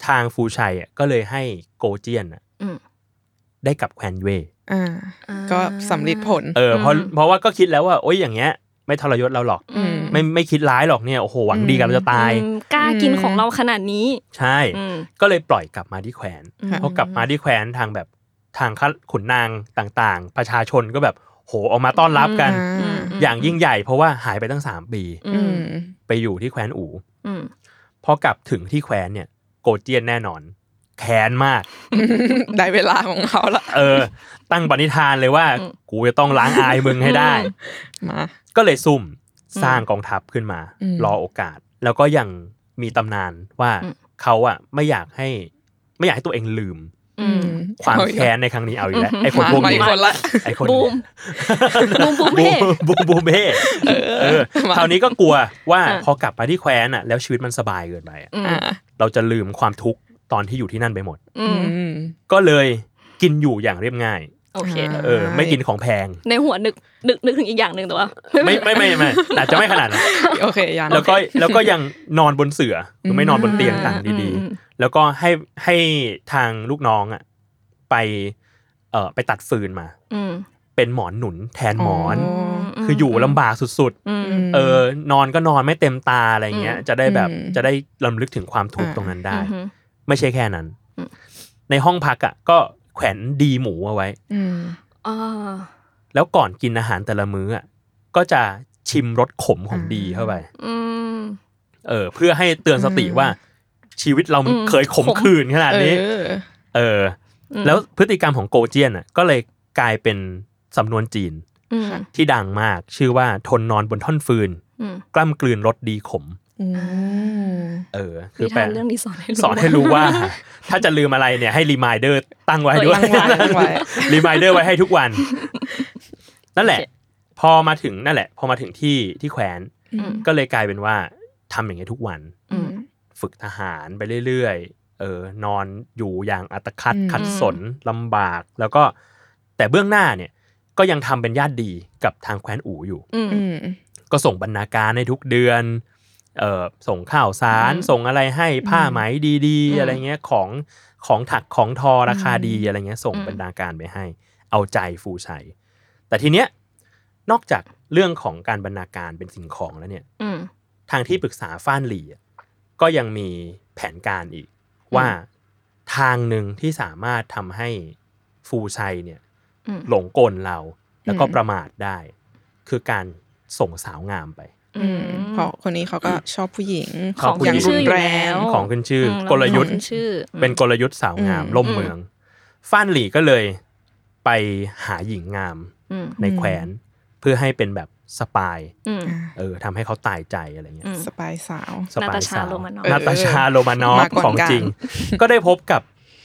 A: ทางฟูชัยอ่ะก็เลยให้โกเจียนอ่ะ
C: อืม
A: ได้กลับแควนเวย
B: อ่า ก็สำลิดผล
A: เออเพราะ
C: อืม
A: เพราะว่าก็คิดแล้วว่าโอ๊ยอย่างเงี้ย ไม่ทรยศเราหรอก
B: อืม
A: ไม่ไม่คิดร้ายหรอกเนี่ยโอ้โหหวังดีกับเราจะตาย
C: อืมกล้ากินของเราขนาดนี้
A: ใช่
C: อืม
A: ก็เลยปล่อยกลับมาที่แควน
C: อืม
A: พอกลับมาที่แควนทางแบบทางข้าขุนนางต่างๆ ประชาชนก็แบบโหออกมาต้อนรับกัน
B: อ่า
C: มม
A: อย่างยิ่งใหญ่เพราะว่าหายไปตั้งสามปี
C: อื
B: อื
C: ม
B: ม
A: ไปอยู่ที่แควนอู่
C: อืม
A: พอกลับถึงที่แควนเนี่ย โกเจียนแน่นอน แค้นมาก
B: ได้เวลาของเขาละ
A: เออ ตั้งปณิธานเลยว่า กูจะต้องล้างอายมึงให้ได้
B: มา
A: ก็เลยซุ่มสร้างกองทัพขึ้นมา
B: อืม
A: รอโอกาส แล้วก็ยังมีตำนานว่าเขาอะไม่อยากให้ ไม่อยากให้ตัวเองลืม
C: อืม
A: ความ
B: เออีก
A: แค้นในครั้งนี้เอาอีกแล้วไอ้คน
B: มา
A: พวก
B: มา
A: นี้
B: อีกคนละ
A: ไอ้คน
C: บูมบูมบูม
A: บู
C: เพ่
A: มบูมบูมเพ่เออคราวนี้ก็กลัวว่า
C: อ่ะ
A: พอกลับมาที่แคว้นอะแล้วชีวิตมันสบายเกินไปอะ
C: อืม
B: อ่า
A: เราจะลืมความทุกข์ตอนที่อยู่ที่นั่นไปหมด
C: อืม
B: อืม
A: ก็เลยกินอยู่อย่างเรียบง่าย
C: โอเค
B: อ่า
A: เออ ไม่กินของแพง
C: ในหัวนึกนึกนึกถึงอีกอย่างหนึ่งแต่ว่า
A: ไม่ไม่ไม่ไม่อาจจะไม่ขนาดนั้น
B: โอเคยัง
A: แล้วก็แล้วก็ยังนอนบนเสื่อหรือไม่นอนบนเตียง
B: อืม
A: ต่างดี
C: อืม
A: ๆ แล้วก็ให้ให้ทางลูกน้องอ่ะไปเอ่อไปตัดฟืนมา
C: อืม
A: เป็นหมอนหนุนแทนหมอน
B: อ๋อ
A: คืออยู่ลำบากสุด
C: อืม
B: ม
A: ๆ เออนอนก็นอนไม่เต็มตาอะไรเงี้ย
C: อืม
A: จะได้แบบ
B: อืม
A: จะได้ลำลึกถึงความทุกข์
B: อ่า
A: ตรงนั้นได้
C: อืมฮึ
A: ไม่ใช่แค่นั้น
C: อืม
A: ในห้องพักอ่ะก็แขวนดีหมูเอาไว้
B: อืม
C: อ่า
A: แล้วก่อนกินอาหารแต่ละมื้ออ่ะก็จะชิมรสขมของดีเข้าไป
C: อืม
A: เออเพื่อให้เตือนสติว่าชีวิตเรามัน
C: อืม
A: เคยขม
C: ขม
A: ขื่นขนาดนี้
B: เออ
A: เออ
C: อืม
A: แล้วพฤติกรรมของโกเจียนอ่ะก็เลยกลายเป็นสำนวนจีน
C: อืม
A: ที่ดังมากชื่อว่าทนนอนบนท่อนฟืน
C: อืม
A: กล้ำกลืนรสดีขม
B: อื อืม
A: เออ คื
C: นิ
A: อแปล
C: ทานเรื่องนี้สอนให้รู้
A: สอนให้รู้ว่า ถ้าจะลืมอะไรเนี่ยให้รีมายเดอร์ตั้งไว้ด้วย
B: ตั้งไว้ตั้งไว้
A: รีมายเดอร์ไว้ให้ทุกวัน นั่นแหละ พอมาถึงนั่นแหละ พอมาถึงที่ที่แขวน
B: อืม
A: ก็เลยกลายเป็นว่าทำอย่างเงี้ยทุกวัน
C: อืม
A: ฝึกทหารไปเรื่อยๆ เออนอนอยู่อย่างอัตคัด
B: อืม
A: ขัดสนลำบาก แล้วก็แต่เบื้องหน้าเนี่ย ก็ยังทำเป็นญาติดีกับทางแคว้นอู่อยู่
C: อืม
B: อืม
A: ก็ส่งบรรณาการให้ทุกเดือน เอ่อส่งข้าวสาร
C: อืม
A: ส่งอะไรให้ผ้าไหมดี
C: อื
A: ๆ
C: ม
A: อะไรเงี้ยของของถักของทอราคาดี
B: อืม
A: อะไรเงี้ยส่ง
C: อืม
A: บรรณาการไปให้ เอาใจฟูชัย แต่ทีเนี้ยนอกจากเรื่องของการบรรณาการเป็นสิ่งของแล้วเนี่ย
C: อืม
A: ทางที่ปรึกษาฟ้านหลีอะก็ยังมีแผนการอีก ว่าทางหนึ่งที่สามารถทำให้ฟูชัยเนี่ย
C: อืม
A: หลงกลเรา แล้วก็
B: อืม
A: ประมาทได้ คือการส่งสาวงามไป
C: อื
B: อื
C: ม
B: มเพราะคนนี้เขาก็ชอบผู้หญิง
C: ของ
A: ผู้หญิ
C: ขึ้น
A: ง
C: ชื่ออยู่
B: แรง
C: แล้ว
A: ของขึ้นชื่อ
C: ม
A: กลยุทธ์
C: ของขึ้นชื่ออืม
A: เป็นกลยุทธ์สาวงาม
B: อืม
A: ล่มเมืองฟ้านหลีก็เลยไปหาหญิงงาม
C: อืม
A: ในแคว้น เพื่อให้เป็นแบบสปาย
C: อืม
B: อ่า
A: เออทำให้เขาตายใจอะไรเงี้ย
C: อืม
B: สปายสาว
A: สปายสาว
C: นาตาชาโรมานอฟ
A: นาตาชาโรมานอฟ
B: มาก่อน
A: ของจริง ก็ได้พบกับ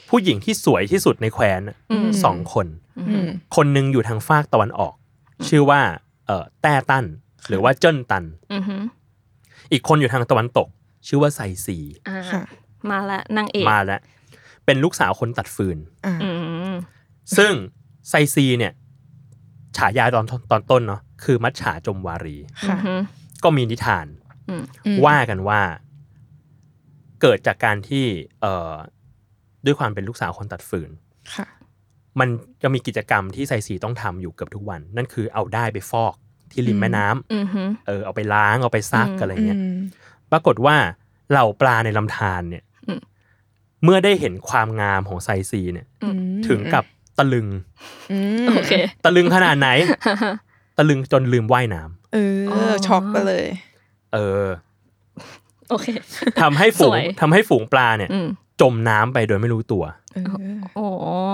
A: ผู้หญิงที่สวยที่สุดในแคว้นน่ะ
C: อืม
A: สองคน
B: อืม
A: คนหนึ่งอยู่ทางฝากตะวันออก ชื่อว่าเอ่อแต้ตัน หรือว่าเจิ้นตัน
C: อืมอืม
A: อีกคนอยู่ทางตะวันตก ชื่อว่าไซซี
C: อ่า
B: ค่ะ
C: มาละนางเอก
A: มาแล้ว เป็นลูกสาวคนตัดฟืน
B: อ่า
C: อืม
A: ซึ่งไซซีเนี่ยฉายาตอนตอนต้นเนาะคือมัจฉาจมวารี
B: ค่ะ
A: ก็มีนิทาน
C: อืม
B: อืม
A: ว่ากันว่า เกิดจากการที่เอ่อด้วยความเป็นลูกสาวคนตัดฟืน
B: ค่ะ
A: มันจะมีกิจกรรมที่ไซสีต้องทำอยู่เกือบทุกวัน นั่นคือเอาได้ไปฟอกที่ริม
B: อืม
A: แม่น้ำ
C: อืมอืม
A: เออเอาไปล้างเอาไปซัก
C: อืม
A: อะไร
B: อื
A: เงี้ย
B: ม
A: ปรากฏว่าเหล่าปลาในลำธารเนี่ย
C: อืม
A: เมื่อได้เห็นความงามของไซซีเนี่ย
B: อืม
A: ถึงกับตะลึง
B: อืม
C: โอเค
A: ตะลึงขนาดไหน ตะลึงจนลืมว่ายน้ำ
B: เอ
C: อ๋
B: อ
C: อ
B: ช็อกไปเลย
A: เออ
C: โอเค
A: ทำให้ฝู
C: ส
A: ง
C: วย
A: ทำให้ฝูงปลาเนี่ย
C: อืม
A: จมน้ำไปโดยไม่รู้ตัว
B: เออ
C: โอ้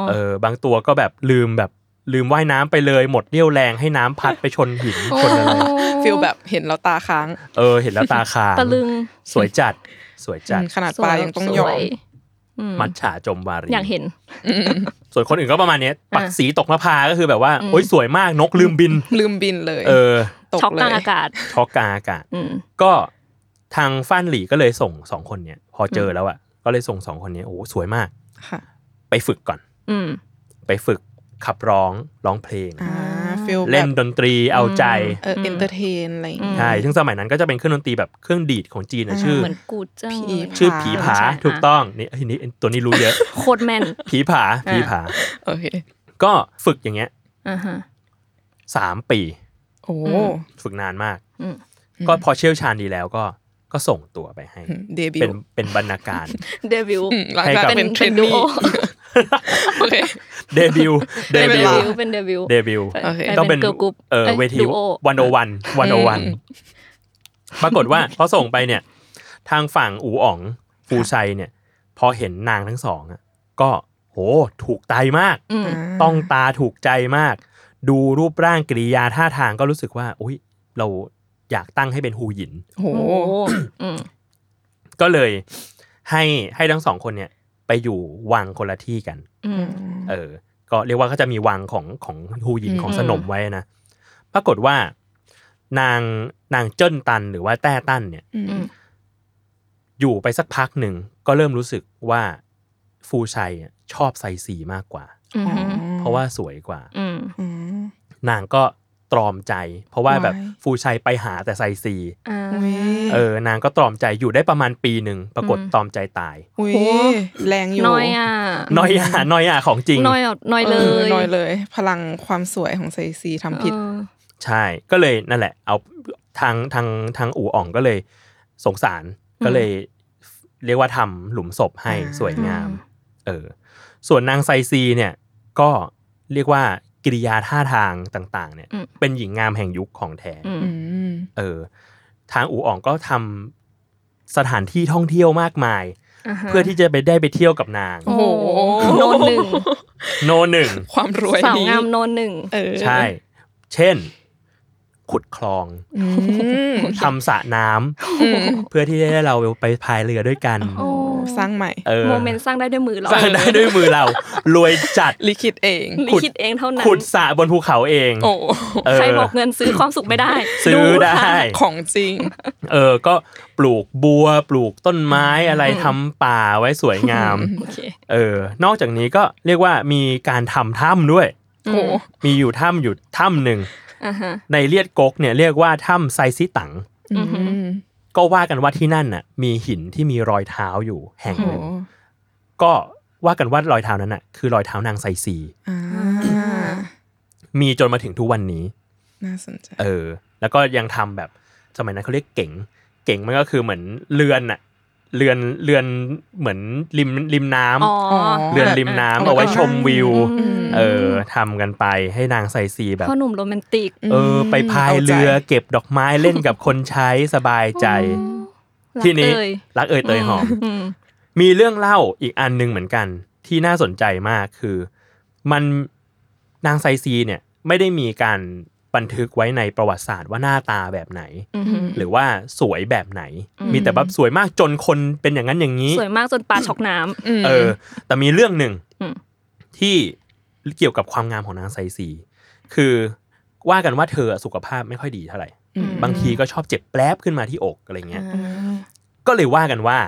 A: เออบางตัวก็แบบลืมแบบลืมว่ายน้ำไปเลยหมดเรี่ยวแรงให้น้ำพัดไปชนหินชนอะไร
B: ฟิลแบบเห็นเราตาค้าง
A: เออเห็นแล้วตาค้าง
C: ตะลึง
A: สวยจัดสวยจัด
B: อืมขนาดปลายังต้องยอ
C: สว
B: ม
C: อืม
A: มัดฉาจมวารี
C: อยากเห็น
A: ส่วนคนอื่นก็ประมาณเนี้ย
C: อ่ะ
A: ปักสีตกนภาก็คือแบบว่า
C: อืม
A: โอ๊ยสวยมากนกลืมบิน
B: ลืมบินเลย
A: เออ
B: ตก
C: ช็อก
B: เล
C: กลาย งอากาศ
A: ช็อกกลางอากาศ
C: อืม
A: ก็ทางฟ้านหลีก็เลยส่งสองคนเนี้ยพอเจอแล้วอ่ะก็เลยส่งสองคนเนี้ยโอ้โหสวยมาก
B: ค่ะ
A: ไปฝึกก่อน
C: อืม
A: ไปฝึกขับร้องร้องเพลง
B: อ่าฟิลแบ
A: เล่น
B: บ
A: ดนตรีเอาใจ
B: เออเอนเตอร์เทนอะไรอย่างเงี้ย
A: ใช่ ซึ่งสมัยนั้นก็จะเป็นเครื่องดนตรีแบบเครื่องดีดของจีนนะ
B: อ่า
A: ชื่อ
C: เหมือนกูเจ้ง
B: ผี
A: ชื่อผีผา
C: ใช่
A: ถูกต้องนี่เอ้ยนี่ตัวนี้รู้เยอะ
C: โคตรแม่น
A: ผีผาผีผา
B: โอเค
A: ก็ฝึกอย่างเงี้ย
C: อ่าฮะ
A: สามปี
B: โอ้
A: ฝึกนานมาก
C: อืม
A: ก็พอเชี่ยวชาญดีแล้วก็ก็ส่งตัวไปให้
B: เดบิ
A: เป็น
B: วต์
A: เป็นบรรณาการ
C: เดบิวต์
B: อืมหลังจาก
A: ให้กับ
B: เป็นเทรน
C: ดู
B: นี่
C: โอ
B: โอเค
A: เดบิวต์เด
B: ป็
C: เป็
B: น
C: น
A: บิ
C: เด
A: ว
B: ลา
A: ต์
C: บิวต์เป็นเดบิวต์
A: เดบิวต์
B: โอเค
C: ไป
A: ต้องเป็น
C: เป็น girl group
A: เออ
C: เอ้ย
A: เวที
C: duo
A: วันโอ วันวันโอวันปรากฏว่าพอส่งไปเนี่ย ทางฝั่งอูอ๋องฟูชัยเนี่ย พอเห็นนางทั้งสองอะก็โหถูกใจมาก
C: อืม
A: ต้องตาถูกใจมาก ดูรูปร่างกิริยาท่าทางก็รู้สึกว่าอุ้ยเราอยากตั้งให้เป็นฮูหยิน
B: โห
C: โอ้อืม
A: ก็เลยให้ให้ทั้งสองคนเนี่ย ไปอยู่วังคนละที่กัน
C: อืม
A: เออ ก็เรียกว่าก็จะมีวังของของฮูหยิน
B: อืม
A: ของสนมไว้นะ ปรากฏว่า นางนางเจิ้นตันหรือว่าแต้ตันเนี่ย
B: อืม
C: อืม
A: อยู่ไปสักพักหนึ่งก็เริ่มรู้สึกว่าฟูชัยอะชอบไซซีมากกว่า
C: อืม
A: เพราะว่าสวยกว่า
C: อืม
A: นางก็ตรอมใจ เพราะว่าแบบ
B: ว้าย
A: ฟูชัยไปหาแต่ไซซี
C: อ่า
B: อุ้ย
A: เออนางก็ตรอมใจอยู่ได้ประมาณปีหนึ่งปรากฏ
C: อืม
A: ตรอมใจตาย
B: อุ้ย
C: โห
B: แรงอยู่
C: น้อยอ่ะ
A: น้อยอ่ะน้อยอ่ะของจริง
C: น้อยอ่ะน้อยเล
B: ออย น้อยเลย พลังความสวยของไซซีทำผิด
C: เออ
A: ใช่ก็เลยนั่นแหละ เอาทางทางทางอู่อ่องก็เลยสงสาร
C: อืม
A: ก็เลย เรียกว่าทำหลุมศพให้
B: อ่า
A: สวยงาม เออ ส่วนนางไซซีเนี่ย ก็เรียกว่ากิริยาท่าทางต่าง ๆ เนี่ย
C: อืม
A: เป็นหญิงงามแห่งยุคของแท้
C: อืม
B: อืม
A: เออ ทางอู่อ่องก็ทำสถานที่ท่องเที่ยวมากมาย
C: ฮะ
A: เพื่อที่จะไปได้ไปเที่ยวกับนาง
C: โอ้โห
B: โอ้โห
C: โนนหนึ่ง
A: โนหนึ่ง
B: ความรวย
C: สาว
B: นี้
C: งามโนนหนึ่ง
B: เออ
A: ใช่ เช่น แค ขุดคลอง
B: อืม
A: ทำสระน้ำ
B: อืม
A: เพื่อที่จะได้เราไปพายเรือด้วยกัน
C: โอ้
B: สร้างใหม่
A: เออ
C: โมเมนต์สร้างได้ด้วยมือเรา
A: สร้างได้ด้วยมือเรา รวยจั ด
B: ลิขิตเอง
C: ลิ
A: ขุด
C: ขิตเองเท่านั้น
A: ขุดสระบนภูเขาเอง
B: โอ้
A: เออ
C: ใครบอกเงินซื้อความสุขไม่ได้
A: ซื้อได้
C: ค่ะ
B: ของจริง
A: เออ ก็ปลูกบัวปลูกต้นไม้อะไร
C: อืม
A: ทำป่าไว้สวยงาม
C: โอเค
A: เออ นอกจากนี้ก็เรียกว่ามีการทำถ้ำด้วย
C: อืม
B: โอ้
A: มีอยู่ถ้ำอยู่ถ้ำหนึ่ง
C: อ่าฮะ
A: ในเลียดกกเนี่ยเรียกว่าถ้ำไซซิตัง
C: อื
B: อื
C: ม
B: ม
A: ก็ว่ากันว่าที่นั่นน่ะมีหินที่มีรอยเท้าอยู่แห่ง
B: โอ้
A: หนึ่งก็ว่ากันว่ารอยเท้านั้นน่ะคือรอยเท้านางไซซี
B: อ่า
A: มีจนมาถึงทุกวันนี้
B: น่าสนใจ
A: เออ แล้วก็ยังทำแบบสมัยนั้นเขาเรียกเก๋งเก๋งมันก็คือเหมือนเรือนน่ะเรือนเรือนเหมือนริมริมน้ำ
C: อ๋อ
A: เรือนริมน้ำ
B: เอาไว้
A: เอาไว้ชมวิว
C: ม
A: เออทำกันไปให้นางไซซีแบบ
C: พ่อหนุ่มโรแมนติก
A: เออ ไปพายเรือเก็บดอกไม้เล่นกับคนใช้สบายใจ
C: รัก
A: ทีนี้
C: เอ่ย
A: รักเอ่ยเตยหอม
C: ม
A: มีเรื่องเล่าอีกอันหนึ่งเหมือนกัน ที่น่าสนใจมากคือ มันนางไซซีเนี่ยไม่ได้มีการบันทึกไว้ในประวัติศาสตร์ว่าหน้าตาแบบไหน
C: อืม
A: หรือว่าสวยแบบไหน
C: อืม
A: มีแต่แบบสวยมากจนคนเป็นอย่างนั้นอย่างนี้
C: สวยมากจนปลาช็อกน้ำ
A: เออ แต่มีเรื่องหนึ่ง
C: อืม
A: ที่เกี่ยวกับความงามของนางไซซี คือว่ากันว่าเธอสุขภาพไม่ค่อยดีเท่าไหร่
B: อืม
A: บางทีก็ชอบเจ็บแปลบขึ้นมาที่อกอะไรเงี้ย
C: อ่า
A: ก็เลยว่ากันว่า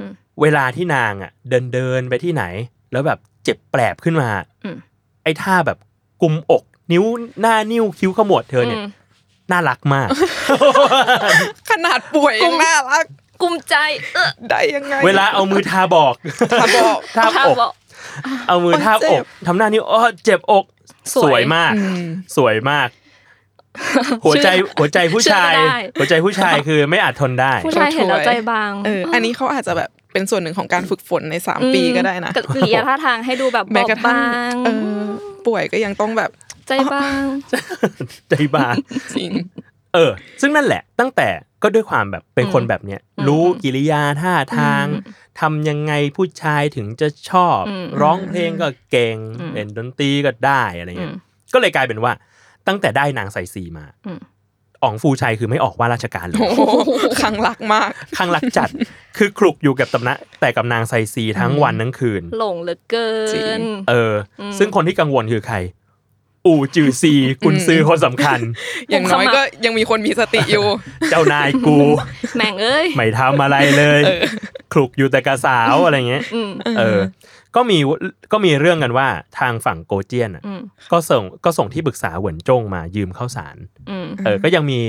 C: อืม
A: เวลาที่นางอ่ะ เดินเดินไปที่ไหน แล้วแบบเจ็บแปลบขึ้นมา
C: อืม
A: ไอ้ท่าแบบกุมอก นิ้วหน้านิ้วคิ้วขมวดเธอเนี่ย
C: อืม
A: น่ารักมาก
B: ขนาดป่วยยังน่ารัก
C: กลุ้มใจเออ
B: ได้ยังไง
A: เวลาเอามือทาบอก
B: ทำบอก
A: ทา
C: ถ้า
A: บอก
C: บอก
A: เอามือทาบ
B: โอ๊ย
A: อบ ก
B: เจ็
A: ทำหน้านิ้วอ้อเจ็บอก
C: สว
A: ส
C: ย
A: วยมาก
B: อืม
A: สวย มาก หัวใจ
C: เชื่อ
A: หัวใจผู้ชาย
C: เชื่อไม่ได้
A: หัวใจผู้ ชายคือไม่อาจทนได้
C: ผู้ชายเห็นแล้วใจบาง
B: เออ อันนี้เขาอาจจะแบบเป็นส่วนหนึ่งของการฝึกฝนในสามปีก็ได้นะ
C: อืมกิริยาท่าทางให้ดูแบบ
B: แม้
C: เบาก
B: ระทั่ง
C: บาง
B: เออป่วยก็ยังต้องแบบ
C: ใจบาง
A: ใจ บาง
B: จริง
A: เออ ซึ่งนั่นแหละ ตั้งแต่ก็ด้วยความแบบเป็นคนแบบเนี้ย รู้กิริยาท่าทางทำยังไงผู้ชายถึงจะชอบ ร้องเพลงก็เก่งเล่นดนตรีก็ได้อะไร
C: อื
A: เงี้
C: ม
A: ย ก็เลยกลายเป็นว่า ตั้งแต่ได้นางไซซีมา
C: อืม
A: อ๋องฟูชัยคือไม่ออกว่าราชการเลย
B: โอ้โห ครั้งรักมาก
A: ข้างรักจัด คือคลุกอยู่กับตำนะแต่กับนางไซซีทั้งวันทั้งคืน
C: หลงเหลือเกิ
B: จริง
C: น
A: เอออ
C: ม
A: ซึ่งคนที่กังวลคือใคร อู่จือ ซีกุนซือคนสำ คัญ
B: อย่างน้อยก็ยังมีคนมีสติอยู่
A: เจ้านายกู
C: แม่งเอ้ย
A: ไม่ทำอะไรเลยคลุกอยู่แต่กับสาวอะไรเงี้ย
C: อืม
A: เออ ก็มีก็มีเรื่องกันว่าทางฝั่งโกเจียนอ่ะ
C: อืม
A: ก็ส่งก็ส่งที่ปรึกษาเหวินจงมายืมข้าวสาร
C: อืม
A: เออ ก็ยังมี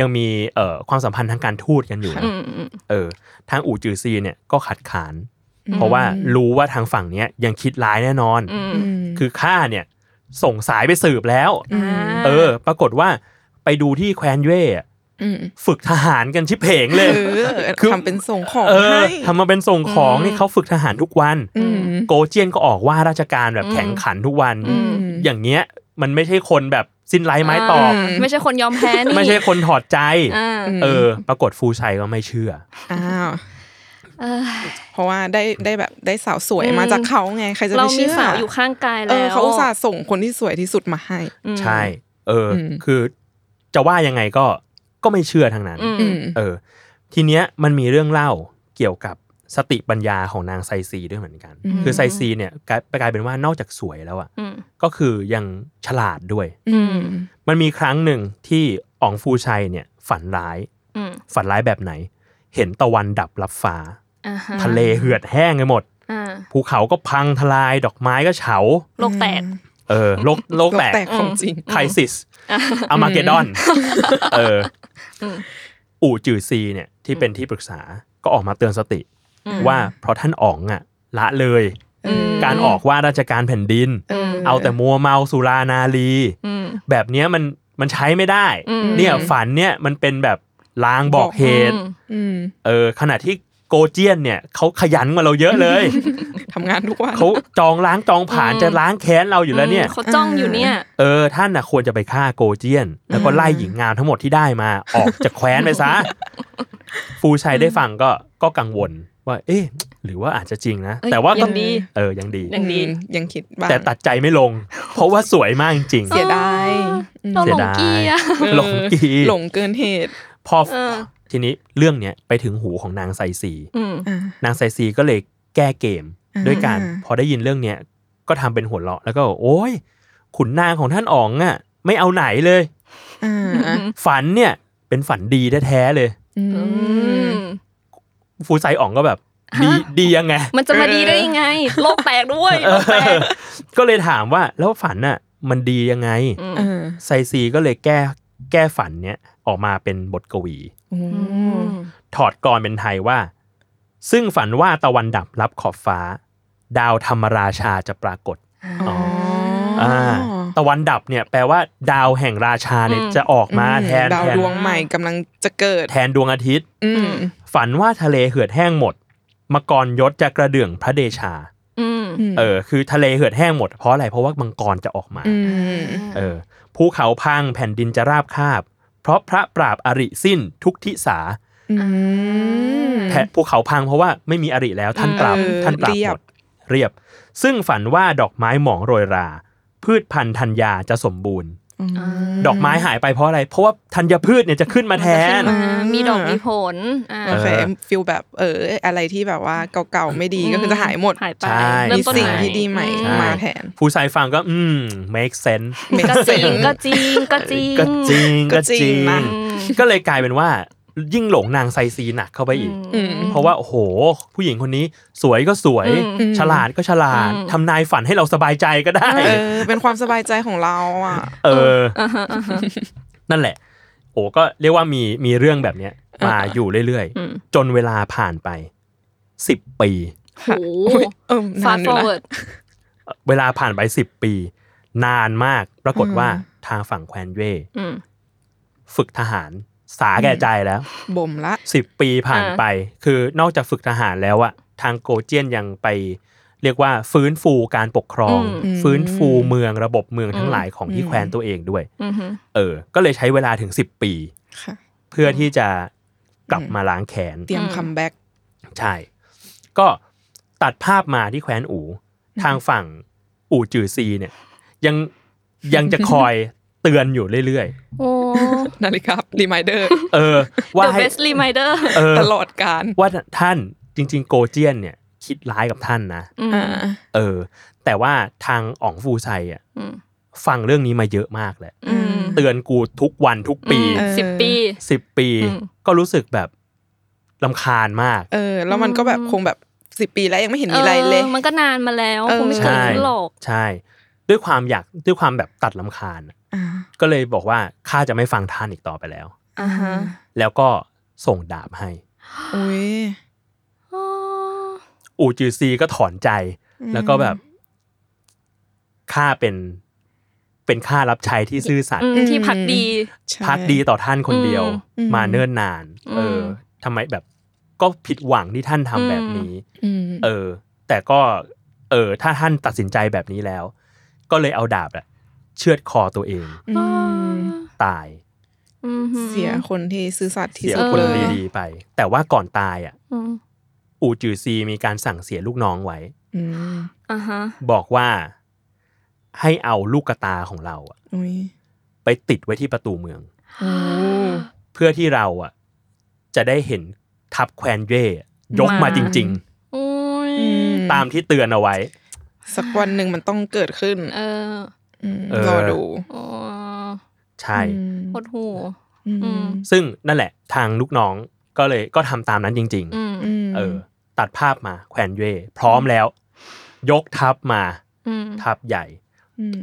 A: ยังมีเอ่อความสัมพันธ์ทางการทูตกันอยู่นะ
C: อืมอืม
A: เออ ทางอู่จือซีเนี่ยก็ขัดขาน เพราะว่ารู้ว่าทางฝั่งเนี้ยยังคิดร้ายแน่นอน
C: อืม
A: คือข้าเนี่ยส่งสายไปสืบแล้ว
B: อืม
C: า
A: เออ ปรากฏว่าไปดูที่แคว้นเย่อะ
B: ม
A: ฝึกทหารกันชิบเพงเล
B: เอย อ
A: คือ
B: ทำเป็นส่งของ
A: เออ
B: ให้
A: ทำมาเป็นส่งของนี่เขาฝึกทหารทุกวัน
B: อืม
A: โกเจียนก็ออกว่าราชการแบบแข็งขันทุกวัน
C: อืม
A: อย่างเงี้ยมันไม่ใช่คนแบบสิ้นไร้ไม้ตอก
C: ไม่ใช่คนยอมแพ้นี่
A: ไม่ใช่คนถอดใจ
C: อ่า
A: เออ ปรากฏฟูชัยก็ไม่เชื่อ
B: อ้าว
C: เออ
B: เพราะว่าได้ได้แบบได้สาวสวย
C: อืม
B: มาจากเขาไงใครจะ
C: เรา
B: ไป
C: มี
B: เชื่อ
C: สาวอยู่ข้างกาย
B: เอ
C: แล้ว
B: อเขาอุตส่าห์ส่งคนที่สวยที่สุดมาให้
C: อืม
A: ใช่ เอออ
B: ม
A: คือจะว่ายังไงก็ก็ไม่เชื่อทางนั้น
C: อืม
B: อืม
A: เออ ทีเนี้ยมันมีเรื่องเล่าเกี่ยวกับสติปัญญาของนางไซซีด้วยเหมือนกัน คือไซซีเนี่ยกลายกลายเป็นว่านอกจากสวยแล้วอ่ะ
C: อืม
A: ก็คือยังฉลาดด้วย
B: อืม
A: มันมีครั้งหนึ่งที่อ๋องฟูชัยเนี่ยฝันร้าย
C: อืม
A: ฝันร้ายแบบไหน เห็นตะวันดับรับฟ้า
C: อ่าฮะ
A: ทะเลเหือดแห้งไปหมด
C: อ่า
A: ภูเขาก็พังทลายดอกไม้ก็เฉา
C: โลกแตก
A: เออโลกโลกแตก
B: แตกของจริง
A: ไครซิสอามาเกดอน เอออ
C: ม
A: อู่จือซีเนี่ยที่เป็นที่ปรึกษาก็ออกมาเตือนสติ
C: อืม
A: ว่าเพราะท่านอ๋องอ่ะ ละเลย
C: อืม
A: การออกว่าราชการแผ่นดิน
B: เออ
A: เอาแต่มัวเมาสุรานารี
C: อืม
A: แบบเนี้ยมันมันใช้ไม่ได้
C: อืม
A: เนี่ยฝันเนี่ยมันเป็นแบบลางบอกเหตุ
C: อืม
B: อืม
A: เออขณะที่โกเจียนเนี่ยเขาขยันมาเราเยอะเลย
B: ทำงานทุกวัน
A: เขาจองล้างจองผ่าน
C: อืม
A: จะล้างแค้นเราอยู่แล้วเนี่ย
C: เขาจ้องอยู่เนี่ย
A: เออท่านน่ะควรจะไปฆ่าโกเจียน แล้วก็ไล่หญิงงามทั้งหมดที่ได้มาออกจากแคว้นไปซะ ฟูชัยได้ฟังก็ก็กังวลว่า เอ๊ะ หรือว่าอาจจะจริงนะ
C: เอ้ย
A: แต่ว่าก็
C: ยังดี
A: เออยังดี
C: ยังดี
B: อืมยังคิดบ้าง
A: แต่ตัดใจไม่ลง เพราะว่าสวยมากจริง
B: เสียดาย อืม
C: เราหลงเกียร์
B: เออ
A: หลงกี
B: หลงเกินเหตุ
A: พอ
C: เออ
A: ทีนี้เรื่องเนี้ยไปถึงหูของนางไซซี
C: อืม
B: อ่ะ
A: นางไซซีก็เลยแก้เกม
B: อ่า
A: ด้วยการพอได้ยินเรื่องเนี้ยก็ทำเป็นหัวเราะแล้วก็บอกโอ้ยขุนนางของท่านอ๋องอ่ะ ไม่เอาไหนเลย
B: อ่า
A: ฝันเนี่ยเป็นฝันดีแท้ๆเลย
B: อื
C: อื
B: ม
C: ม
A: ฟูไซอ๋องก็แบบดี
C: ฮะ
A: ดียังไง
C: มันจะมา
B: เออ
C: ดีได้ยังไง โลกแตกด้วยโลกแตก
A: ก็เลยถามว่าแล้วฝันน่ะมันดียังไง
C: อืม
B: เออ
A: ไซซีก็เลยแก้แก้ฝันเนี้ยออกมาเป็นบทกวี
B: โอ้
A: ถอดกรเป็นไทยว่า ซึ่งฝันว่าตะวันดับรับขอบฟ้า ดาวธรรมราชาจะปรากฏ
B: อ๋ออ
A: าตะวันดับเนี่ยแปลว่า ดาวแห่งราชาเนี่ย
C: อืม
A: จะออกมา
B: อื
A: แทน
B: ดาว
A: แทน
B: ดวงใหม่กำลังจะเกิด
A: แทนดวงอาทิตย์
B: อืม
A: ฝันว่าทะเลเหือดแห้งหมดมกรยศจะกระเดื่องพระเดชา
C: อืม
A: เออคือทะเลเหือดแห้งหมดเพราะอะไรเพราะว่ามังกรจะออกมา
B: อืม
A: เออภูเขาพังแผ่นดินจะราบคาบ เพราะพระปราบอริสิ้นทุกทิสา
B: อืม
A: แผ่นภูเขาพังเพราะว่าไม่มีอริแล้วท่านปราบ
B: เออ
A: ท่านปราบ
B: เรีย
A: หม
B: บ
A: ดเรียบ ซึ่งฝันว่าดอกไม้หมองโรยรา พืชพันธุ์ธัญญาจะสมบูรณ์ ดอกไม้หายไปเพราะอะไร เพราะว่าธัญพืชเนี่ยจะขึ้นมาแทน
C: มัจะขึ้มามีดอกมีผลอ่า
B: โอเคฟิลแบบเออ อะไรที่แบบว่าเก่าๆไม่ดีก็คือจะหายหมด
C: หายไป
A: ใช่
C: เริ่
B: มี
C: มต้น
B: สิ่ง
C: ใหม่
B: ที่ดีใหม่
A: ใช่
B: มาแทน
A: ฟูซายฟังก็อืม make sense
C: ก็จริงก็จริงก็จริง
A: ก็จริง
B: ก็
A: ก็
B: จ
A: จ
B: ริ
A: ริ
B: ง
A: ง
B: นะ
C: อืม
A: ก็เลยกลายเป็นว่ายิ่งหลงนางไซซีหนักเข้าไปอีก
B: อืม
A: เพราะว่าโอ้โห ผู้หญิงคนนี้สวยก็สวย
C: อืม
A: ฉลาดก็ฉลาด
C: อืม
A: ทำนายฝันให้เราสบายใจก็ได้
B: เออ เป็นความสบายใจของเราอ่ะ
A: เออ
C: อ่าฮะอ่าฮะ
A: นั่นแหละ โอ้ก็เรียกว่ามีมีเรื่องแบบเนี้ยมาอยู่เรื่อย
C: อืม
A: ๆ จนเวลาผ่านไปสิบปี
C: โอ้โห
B: เออ
C: ฟา
B: าน
C: นส
B: อ
C: ฟอยู่
B: นะ
C: ร์เวิร์ด
A: เวลาผ่านไปสิบปี นานมากปรากฏว่าทางฝั่งแควนเย่ฝึกทหาร สาแก่ใจแล้ว
B: บ่มละ
A: สิบปีผ่าน
C: อ่า
A: ไป คือนอกจากฝึกทหารแล้วอะทางโกเจียนยังไปเรียกว่าฟื้นฟูการปกครอง
B: อืม
A: ฟื้นฟูเมืองระบบเมืองทั้งหลายของที่แควนตัวเองด้วย
C: อืมฮึ
A: เออ ก็เลยใช้เวลาถึง 10 ปี
B: ค่ะ
A: เพื่อที่จะกลับมาล้างแค้น
B: เตรียมคัมแบ็ก
A: ใช่ ก็ตัดภาพมาที่แคว้นอู่ทางฝั่งอู่จือซีเนี่ย ยังยังจะคอยเตือนอยู่เรื่อย
C: โอ้
B: นาฬิกา รีมายเดอร์
A: ๆ เออ ว่า
C: เดอะ
A: ให้
C: เบสรีมายเดอร์
A: เออ
B: ตลอดการ
A: ว่าท่านจริง ๆ โกเจียนเนี่ย คิดร้ายกับท่านนะ
B: อ่า
A: เออ แต่ว่าทางอ๋องฟูไซอ่ะฟังเรื่องนี้มาเยอะมากแหละเตือนกูทุกวันทุกปี
B: เออ
C: สิบปี
A: สิบปี
C: อืม
A: ก็รู้สึกแบบลำคาญมาก
B: เออ แล้วมันก็แบบคงแบบสิบปีแล้วยังไม่เห็นมีอะไรเลย
C: มันก็นานมาแล้ว
B: เออ
C: คงไม่เกิด
A: ใช่
C: ขึ้นหรอก
A: ใช่ ด้วยความอยากด้วยความแบบตัดลำคาญน่ะ
B: อ่า
A: ก็เลยบอกว่าข้าจะไม่ฟังท่านอีกต่อไปแล้ว
B: อ่าฮะ
A: แล้วก็ส่งดาบให้
B: อุ้ย
C: อ๋อ
A: อูจือซีก็ถอนใจ
B: อืม
A: แล้วก็แบบข้าเป็น เป็นข้ารับใช้ที่ซื่อสัต
C: อื
A: ย์
C: มที่พักดี
B: ใช่
A: พักดีต่อท่านคนเดียว
B: อืม
A: มาเนิ่นนาน เออทำไมแบบ ก็ผิดหวังที่ท่านทำแบบนี้
B: อืม
A: เออ แต่ก็ เออ ถ้าท่านตัดสินใจแบบนี้แล้ว ก็เลยเอาดาบอะเชือดคอตัวเอง
B: อืม
A: ตาย
C: อืมฮึ
B: เสียคนที่ซื่อสัตย์ที่
A: เสีย
B: สุด
A: คน
B: เลย
A: ดีๆไป แต่ว่าก่อนตายอ่ะ
C: อืม
A: อูจือซีมีการสั่งเสียลูกน้องไว้
B: อืม
C: อ่าฮะ
A: บอกว่าให้เอาลูกกระตาของเราอะ
B: อุ้ย
A: ไปติดไว้ที่ประตูเมือง
B: โอ้
A: เพื่อที่เราอ่ะจะได้เห็นทัพแควนเย่ยกมา
C: มา
A: จริง
C: โอ้ย
B: อืม
A: ๆ ตามที่เตือนเอาไว้
B: สักวันหนึ่งมันต้องเกิดขึ้น
C: เออ
B: ม
A: เออ
B: รอดู
C: โอ้
A: ใช่
C: โคตรหู
B: อืมอืม
A: ซึ่งนั่นแหละทางลูกน้องก็เลยก็ทำตามนั้นจริง
C: อืม
B: อืม
A: ๆ เออ ตัดภาพมาแควนเย่พร้อมแล้ว ยกทัพมา
C: อืม
A: ทัพใหญ่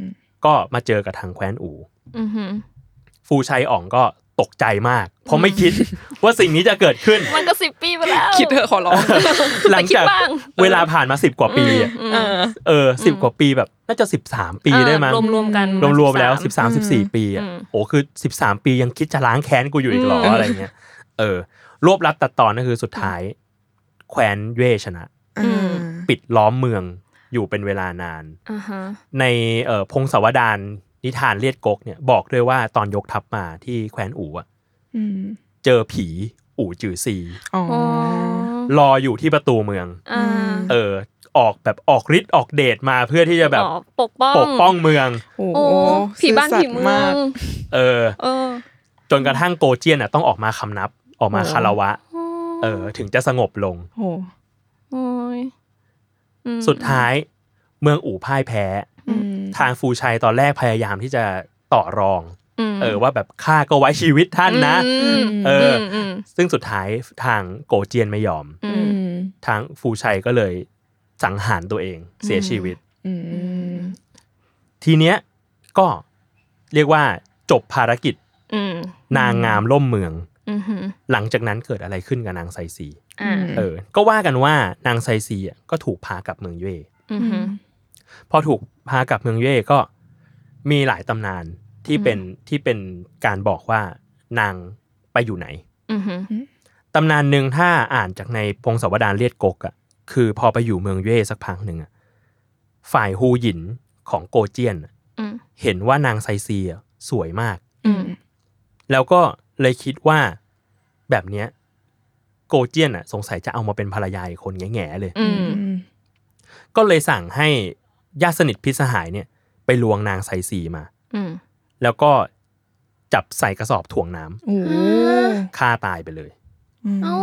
B: ม
A: ก็มาเจอกับทางแควนอู
C: อืมฮึ
A: ฟูชัยอ่องก็ตกใจมาก เพราะไม่คิดว่าสิ่งนี้จะเกิด ขึ้น
C: มันก็สิบปีไปแล้ว
B: คิดเถอะขอร้อง
A: หลังจาก
C: แต่คิดบ้าง
A: เวลาผ่านมาสิบกว่าปีอะ
C: อืม
B: เออ
A: เออสิบกว่าปีแบบน่าจะสิบสามปีได้มั้ง
C: รวมรวมๆกัน
A: รวมๆแล้วสิบสาม
B: อื
A: สิบ
B: ม
A: สี่ปีอ่ะโอ้คือสิบสามปียังคิดจะล้างแค้นกูอยู่อีกเหรออะไรเงี้ยเออ รวบรัดตัดตอนก็คือสุดท้าย แควนเวชนะ
B: อ่า
A: ปิดล้อมเมืองอยู่เป็นเวลานาน
C: อ่าฮะ
A: ในเอ่อพงศาวดารนิทานเลียดกกเนี่ยบอกด้วยว่าตอนยกทัพมาที่แควนอู่อะ
B: อืม
A: เจอผีอู่จือซี
B: อ๋อ
C: อ๋อ
A: รออยู่ที่ประตูเมือง
C: อ่า
A: เออ ออกแบบออกฤทธิ์ออกเดชมาเพื่อที่จะแบบ
C: อ๋อปกป้อง
A: ปกป้องเมือง
B: โอ้
C: โอ้ผีบ้าน
B: ซื่อสัต
C: ผี
B: ย์
C: เมือง
A: เออ
C: เออ
A: จนกระทั่งโกเจียนอ่ะต้องออกมาคำนับออกมาคารวะ เออ ถึงจะสงบลง
B: โอ้
C: โอ้ยอืม
A: สุดท้ายเมืองอู่พ่ายแพ้
B: อืม
A: ทางฟูชัยตอนแรกพยายามที่จะต่อรอง
C: ม
A: เออว่าแบบข้าก็ไว้ชีวิตท่านนะ
C: อืม
A: เอออ
C: ม
A: ซึ่งสุดท้ายทางโกเจียนไม่ยอม
C: อื
B: อื
C: ม
B: ม
A: ทางฟูชัยก็เลยสังหารตัวเองเสียชีวิต
B: อืม
A: ทีเนี้ยก็เรียกว่าจบภารกิจ
C: อืม
A: นางงามล่มเมือง
C: อืมอืม
A: หลังจากนั้นเกิดอะไรขึ้นกับนางไซซี
C: อ่า
A: เออ ก็ว่ากันว่านางไซซีอ่ะก็ถูกพากลับเมืองเย่
C: อืม
B: อืม
A: พอถูกพากลับเมืองเย่ก็มีหลายตำนานที่เป็นที่เป็นการบอกว่านางไปอยู่ไหน
C: อืม
A: ตำนานหนึ่งถ้าอ่านจากในพงศาวดารเลียดกกอะ่ะคือพอไปอยู่เมืองเย่สักพักหนึ่งอะ่ะฝ่ายฮูหยินของโกเจียนอะ
C: อืม
A: เห็นว่านางไซซีอะสวยมาก
C: อืม
A: แล้วก็เลยคิดว่าแบบเนี้ยโกเจียนอะ่ะสงสัยจะเอามาเป็นภรรยาอีกคนแง่ๆเลย
C: อืม
B: อืม
A: ก็เลยสั่งให้ญาติสนิทพิตรสหายเนี่ย ไปลวงนางไซซีมา
C: อืม
A: แล้วก็จับใส่กระสอบถ่วงน้ำ
B: โอ้
C: อ่า
A: ฆ่าตายไปเลย
B: อืม
C: เอ้า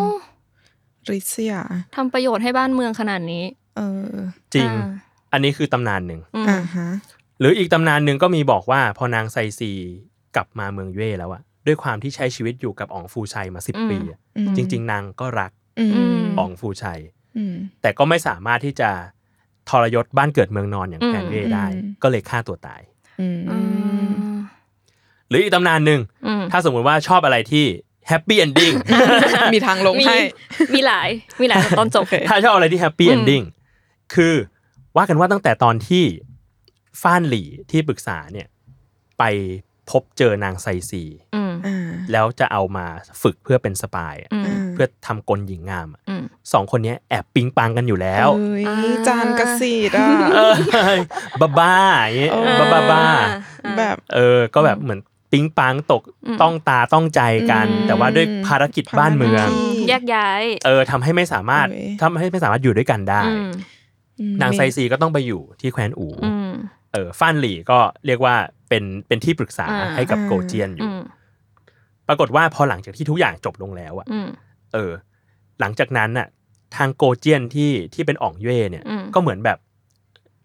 B: ริษยา
C: ทำประโยชน์ให้บ้านเมืองขนาดนี้
B: เออ
A: จริง
C: อ่า
A: อันนี้คือตำนานหนึ่ง
C: อืม
B: อ่าฮะ
A: หรืออีกตำนานหนึ่งก็มีบอกว่าพอนางไซซีกลับมาเมืองเย่แล้วอะด้วยความที่ใช้ชีวิตอยู่กับอองฟูชัยมาสิบปีอะ
B: อืม
A: จริง ๆ นางก็รัก
B: อืม
A: อองฟูชัย
B: อืม
A: แต่ก็ไม่สามารถที่จะทรยศบ้านเกิดเมืองนอนอย่างแพนเย่ได้
B: อืม
A: ก็เลยฆ่าตัวตาย
B: อืม
C: อืม
A: หรืออีกตำนานหนึ่ง
C: อืม
A: ถ้าสมมุติว่าชอบอะไรที่แฮปปี้เอนดิ้ง
B: มีทางลง
C: มี
B: ให้
C: มีหลายมีหลายตอนจบ
A: ถ้าชอบอะไรที่แฮปปี้
C: อืม
A: เอนดิ้งคือว่ากันว่าตั้งแต่ตอนที่ฟ้านหลี่ที่ปรึกษาเนี่ยไปพบเจอนางไซซี
C: อืม
B: อ่า
A: แล้วจะเอามาฝึกเพื่อเป็นสปายอะ
C: อืม
B: า
A: เพื่อทำกลหญิงงามอะ
C: อืม
A: สองคนเนี้ยแอบปิงปังกันอยู่แล้ว
B: เอ้ย
C: อ่า
B: จานกระสีดอ่ะ
A: เออบ้าบ้าๆอย่างเงี้ย
B: เออ
A: บ้าบ้าบ้า
C: อ่า
B: แบบ
A: เออ ก็แบบเหมือนปิงปังตก
C: อืม
A: ต้องตาต้องใจกัน
C: อืม
A: แต่ว่าด้วยภารกิจบ้านเมือง
B: ที่
C: แยกย้าย
A: เออทำให้ไม่สามารถ
B: เอ้ย
A: ทำให้ไม่สามารถอยู่ด้วยกันได้
C: อืม
B: อืม
A: นางไซซีก็ต้องไปอยู่ที่แคว้นอู่
C: อืม
A: เออฟ้านหลี่ก็เรียกว่าเป็นเป็นที่ปรึกษา
C: อ่า
A: ให้กับโกเจียนอยู่
C: อืม
A: ปรากฏว่าพอหลังจากที่ทุกอย่างจบลงแล้วอะ
C: อืม
A: เออหลังจากนั้นน่ะทางโกเจียนที่ที่เป็นอ่องเย่เนี่ย
C: อืม
A: ก็เหมือนแบบ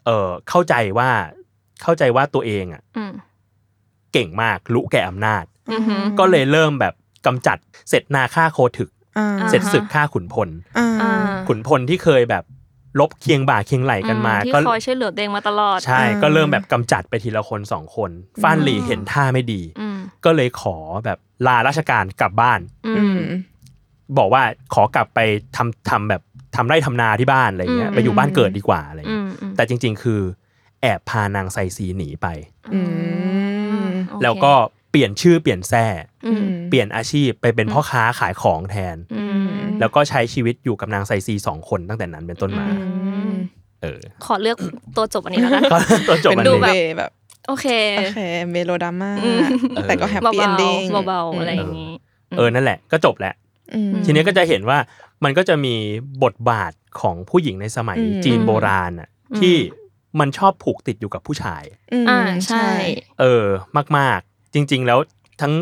A: เออเข้าใจว่าเข้าใจว่าตัวเองอ่ะ
C: อืม
A: เก่งมากรู้แก่อำนาจ
C: อือหือ
A: ก็เลยเริ่มแบบกำจัดเสร็จนาฆ่าโคถึก
B: อ่า
A: เสร็จศึกฆ่าขุนพล
B: อ่า
C: อ่า
A: ขุนพลที่เคยแบบลบเคียงบ่าเคียงไหลกันมา
C: อืที่
A: ก็
C: คอยช่วยเหลือตัวเองมาตลอด
A: ใช่
B: อ่า
A: ก็เริ่มแบบกำจัดไปทีละคนสองคนฟ้านหลี่เห็นท่าไม่ดี
C: อืม
A: ก็เลยขอแบบลาราชการกลับบ้าน
C: อื
B: อื
C: ม
B: ม
A: บอกว่าขอกลับไปทำทำแบบทำไร่ทำนาที่บ้านอะไรเงี้ย
C: อืม
A: ไปอยู่บ้านเกิดดีกว่าอะไร
C: อื
A: เงี้ย
C: มอืม
A: แต่จริง ๆ คือแอบพานางไซซีหนีไป
C: อืมโอเค
A: แล้วก็เปลี่ยนชื่อเปลี่ยนแทร่
C: อืม
A: เปลี่ยนอาชีพไปเป็นพ่อค้าขายของแทน
C: อืม
A: แล้วก็ใช้ชีวิตอยู่กับนางไซซีสองคนตั้งแต่นั้นเป็นต้นมา
C: อืม
A: เออ
C: ขอเลือกตัวจบอันนี้แล้วกัน
A: ก็ ตัวจบ
B: เป็
A: อัน
B: นดู
A: นี้
B: แบบแบบ
C: โอเค
B: โอเคเมโลดราม่า
C: อืม
B: แต่ก็แฮป
C: เบา
B: ปี้เอนดิ้ง
C: ๆเบาๆอะไรอย่างนี้
A: เออนั่นแหละก็จบแล้ว
B: ม
A: ทีนี้ก็จะเห็นว่ามันก็จะมีบทบาทของผู้หญิงในสมัย
B: อืม
A: จีนโบราณน่ะ
C: อืม
A: ที่มันชอบผูกติดอยู่กับผู้ชาย
B: อืม
C: อ่าใช่
A: เออมาก ๆ จริง ๆ แล้วทั้ง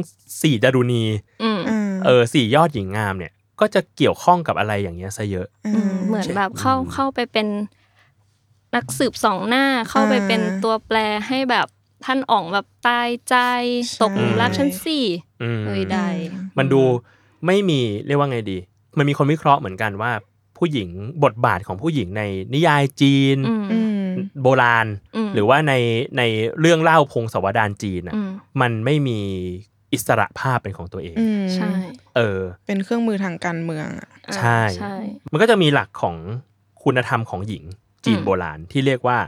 A: สี่ดารุณี
C: อืม
B: อ่า
A: เออสี่ยอดหญิงงามเนี่ย ก็จะเกี่ยวข้องกับอะไรอย่างเงี้ยซะเยอะ
B: า
C: มเหมือนแบบเข้าเข้าไปเป็นนักสืบสองหน้าเข้าไปเป็น
B: อ่า
C: ตัวแปรให้แบบท่านอ๋องแบบตายใจ
B: ใช่
C: ตกหลุมรักชั้นสี่
A: อืม
C: เอ้ยได้
A: มันดูไม่มีเรียกว่าไงดี มันมีคนวิเคราะห์เหมือนกันว่า ผู้หญิงบทบาทของผู้หญิงในนิยายจีน
C: อืม
B: อืม
A: โบราณ
C: อืม
A: หรือว่าในในเรื่องเล่าพงศาวดารจีนน่ะ
C: อืม
A: มันไม่มีอิสระภาพเป็นของตัวเอง
B: อืม
C: ใช่
A: เออ
B: เป็นเครื่องมือทางการเมืองอ่ะ
C: อ่า
A: ใช่
C: ใช่
A: มันก็จะมีหลักของคุณธรรมของหญิงจีน
C: อืม
A: โบราณที่เรียกว่า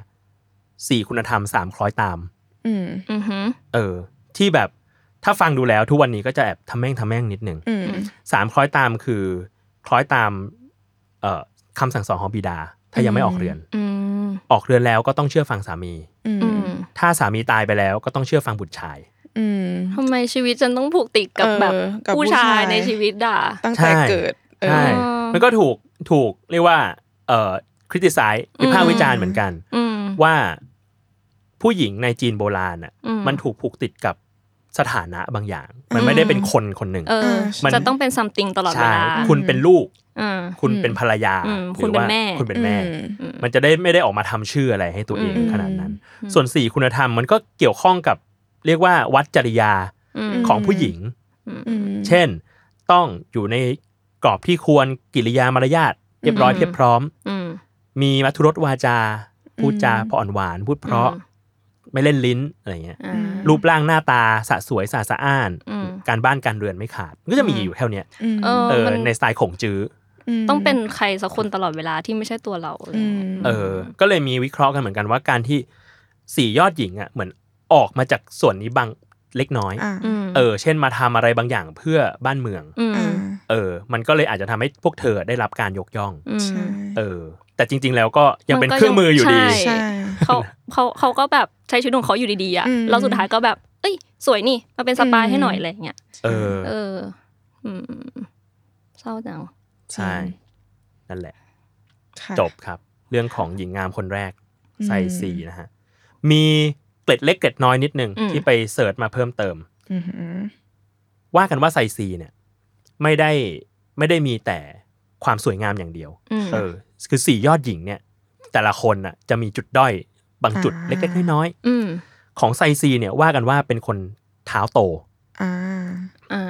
A: สี่คุณธรรมสามคล้อยตาม
B: อืม
C: อือหือ
A: เออ ที่แบบถ้าฟังดูแล้วทุกวันนี้ก็จะแอบทำแม่งทำแม่งนิดหนึ่ง
B: อืม
A: สามคล้อยตามคือ คล้อยตามเอ่อคำสั่งสอนของบิดา ถ้ายังไม่ออกเรือน
C: อืม
A: ออกเรือนแล้วก็ต้องเชื่อฟังสามี
B: อืม
C: อืม
A: ถ้าสามีตายไปแล้วก็ต้องเชื่อฟังบุตรชาย
B: อืม
C: ทำไมชีวิตฉันต้องผูกติดกับ
B: เออ
C: แบบ
B: กับผู้
C: ผู้ชา
B: ชาย ย
C: ในชีวิตด่า
B: ตั้งแต่
A: ใช่
B: เกิดเออ
A: ใช่
C: เออ
A: มันก็ถูกถูกเรียกว่าเอ่อคริติไซส์วิพากษ์วิจารณ์เหมือนกัน
C: อืม
A: ว่าผู้หญิงในจีนโบราณอ่ะ
C: อืม
A: มันถูกผูกติดกับสถานะบางอย่าง มันไม่ได้เป็นคนคนหนึ่ง
C: เออ
A: มัน
C: จะต้องเป็น something ตลอดเว
A: ใช่
C: ลา
A: คุณเป็นลูก
C: อ่า
A: คุณเป็นภรรยา
C: อืม
A: ห
C: คุณ
A: รือ
C: เป็น
A: ว่า
C: แม่
A: คุณเป็นแม่
B: อืม
A: มันจะได้ไม่ได้ออกมาทำชื่ออะไรให้ตัวเอง
C: อืม
A: ขนาดนั้น
C: อืม
A: ส่วนสี่คุณธรรมมันก็เกี่ยวข้องกับเรียกว่าวัดจริยา
C: อืม
A: ของผู้หญิง
B: อืม
A: เช่น ต้องอยู่ในกรอบที่ควรกิริยามารยาทเรียบร้อย
C: อืม
A: เพียบพร้อม
C: อืม
A: มีมัทุรสวาจา พูดจา
B: อืม
A: พออ่อนหวาน พูดเพราะ
C: อืม
A: ไม่เล่นลิ้นอะไรเงี้ย
C: อ่า
A: รูปร่างหน้าตาสะสวยสะสะอ้าน
C: อืม
A: การบ้านการเรือนไม่ขาด ก็จะมี
C: อืม
A: อยู่แค่เนี้ย
B: ม
C: เออ
A: เออ
C: มัน
A: ในสไตล์ขงจื้อ
B: ม
C: ต้องเป็นใครสักคนตลอดเวลาที่ไม่ใช่ตัวเราอะไรเงี้ย
B: อืม
A: อเออ ก็เลยมีวิเคราะห์กันเหมือนกันว่าการที่สี่ยอดหญิงอ่ะเหมือนออกมาจากส่วนนี้บางเล็กน้อย
B: อ่า
C: อม
A: เออ เช่นมาทำอะไรบางอย่างเพื่อบ้านเมือง
C: อืม
B: อ่า
A: เออ มันก็เลยอาจจะทำให้พวกเธอได้รับการยกย่อง
C: อืม
B: ใช่
A: เออ แต่จริง ๆ แล้วก็ยังเป็นเครื่องมืออยู่ดี
C: มันก็ยัง
B: ใช่
C: เขาเขาเขาก็แบบใช้ชีวิตของเขาอยู่ดีๆอ่ะ
B: อืม
C: แล้วสุดท้ายก็แบบ เอ้ย สวยนี่มาเป็นสปาย
B: อืม
C: ให้หน่อยอะไรเงี้ย
A: เออ
C: เออ อืมเศร้าจัง
A: ใช่ นั่นแหละ
B: ค่ะ
A: จบครับ เรื่องของหญิงงามคนแรก
B: อืม
A: ใส่สีนะฮะ มีเกล็ดเล็กเกล็ดน้อยนิดนึง
C: อืม
A: ที่ไปเสิร์ชมาเพิ่มเติม
B: อือหือ
A: ว่ากันว่าไซซีเนี่ย ไม่ได้ไม่ได้มีแต่ความสวยงามอย่างเดียว
C: อืม
A: เออ คือสี่ยอดหญิงเนี่ย แต่ละคนน่ะจะมีจุดด้อยบางจุดเล็กๆน้อย
C: อืม
A: ๆของไซซีเนี่ยว่ากันว่าเป็นคนเท้าโต
B: อ่า
C: อ่า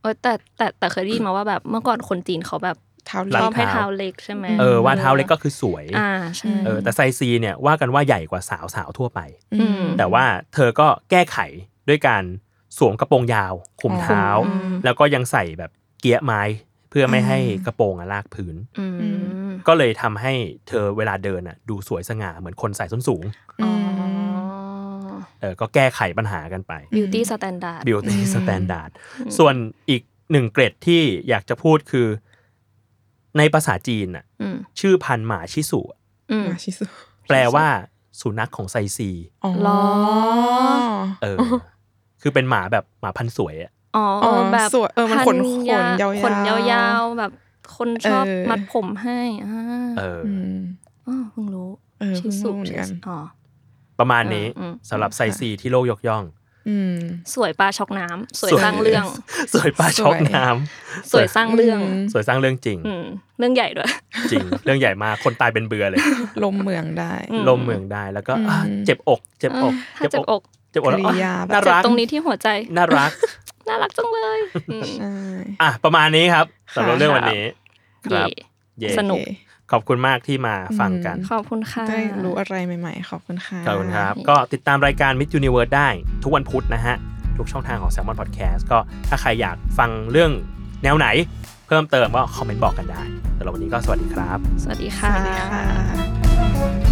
C: เออแต่แต่แต่เคยได้ยินมาว่าแบบเมื่อก่อนคนจีนเขาแบบ
B: เท้า
A: หลั
B: เล็
A: ง
C: ช
B: ก
C: อบให้เท้าเล็กใช่ไหม
A: เออว่าเท้าเล็กก็คือสวย
C: อ่าใช่
A: เออแต่ไซซีเนี่ยว่ากันว่าใหญ่กว่าสาวสาวๆทั่วไป
C: อืม
A: แต่ว่าเธอก็แก้ไขด้วยการสวมกระโปรงยาวคลุมเท้า
C: อืม
A: แล้วก็ยังใส่แบบเกียร์ไม้เพื่อไม่ให้
B: อืม
A: กระโปรงอะลากพื้น
C: อืม
A: ก็เลยทำให้เธอเวลาเดินอ่ะดูสวยสง่าเหมือนคนใส่ส้นสูง
C: อ๋อ
A: เออก็แก้ไขปัญหากันไป
C: บิวตี้สแตนดาร์ด
A: beauty standard ส่วนอีกหนึ่งเกรดที่อยากจะพูดคือ ในภาษาจีนน่ะ
C: อืม
A: ชื่อพันธุ์หมาชิสุ
C: อืม
B: มาชิสุ
A: แปลว่าสุนัขของไซซี
B: อ๋อ
C: หรอ
A: เอ อ คือเป็นหมาแบบหมาพันธุ์สวยอะ
C: อ๋อ
B: อ๋อ
C: แบบ
B: สวยเออมันขนขนยาวๆ
C: ขนยาวๆแบบคนชอบ
B: เออ
C: มัดผมให้อ่า
A: เอออ
B: อืม
C: อ๋อเพิ่งรู้
B: เออ
C: ชื่อสุ
B: เพิ่งรู้เหมือนกัน
C: ชื่อสุอ๋อ
A: ประมาณนี้
C: อืมอืม
A: สำหรับไซซีที่โลกยกย่อง
B: อืม
C: สวยปลาช็อกน้ำสวย
A: สวย
C: สร้างเรื่อง
A: สวยป้า
B: สวย
A: ช็อกน้ำ
C: สวยสร้างเรื่อง
A: สวยสร้างเรื่องจริง
C: อืมเรื่องใหญ่ด้วย
A: จริง เรื่องใหญ่มากคนตายเป็นเบื่อเลย
B: ลมเมืองได้
C: อืม
A: ลมเมืองได้แล้วก็อ่ะ
B: อืม
A: เจ็บอก เจ็บอก
C: ถ้าเจ็บอก
A: เจ็บอกแล้ว
B: กริยา
A: น่า
C: เจ็บ
A: รัก
C: ตรงนี้ที่หัวใจ
A: น่ารัก
C: น่ารักจังเลยอืม
B: ใช่
A: อ่ะประมาณนี้ครับ
B: ค่ะ
A: สำหรับเรื่องวันนี้ ครับ
C: เย่
A: เย่
C: สนุก
B: โอเค
A: ขอบคุณมากที่มาฟังกัน
B: อืม
C: ขอบคุณค่ะ
B: ได้รู้อะไรใหม่ๆ ขอบคุณค่ะ
A: ขอบคุณครับ ก็ติดตามรายการ Mid Universe ได้ทุกวันพุธนะฮะ ทุกช่องทางของ Salmon Podcast ก็ถ้าใครอยากฟังเรื่องแนวไหน เพิ่มเติมก็คอมเมนต์บอกกันได้สำหรับวันนี้ก็สวัสดีครับ
C: สวัสดี
B: ส
C: ค่ะ
B: วัสดีค่ะ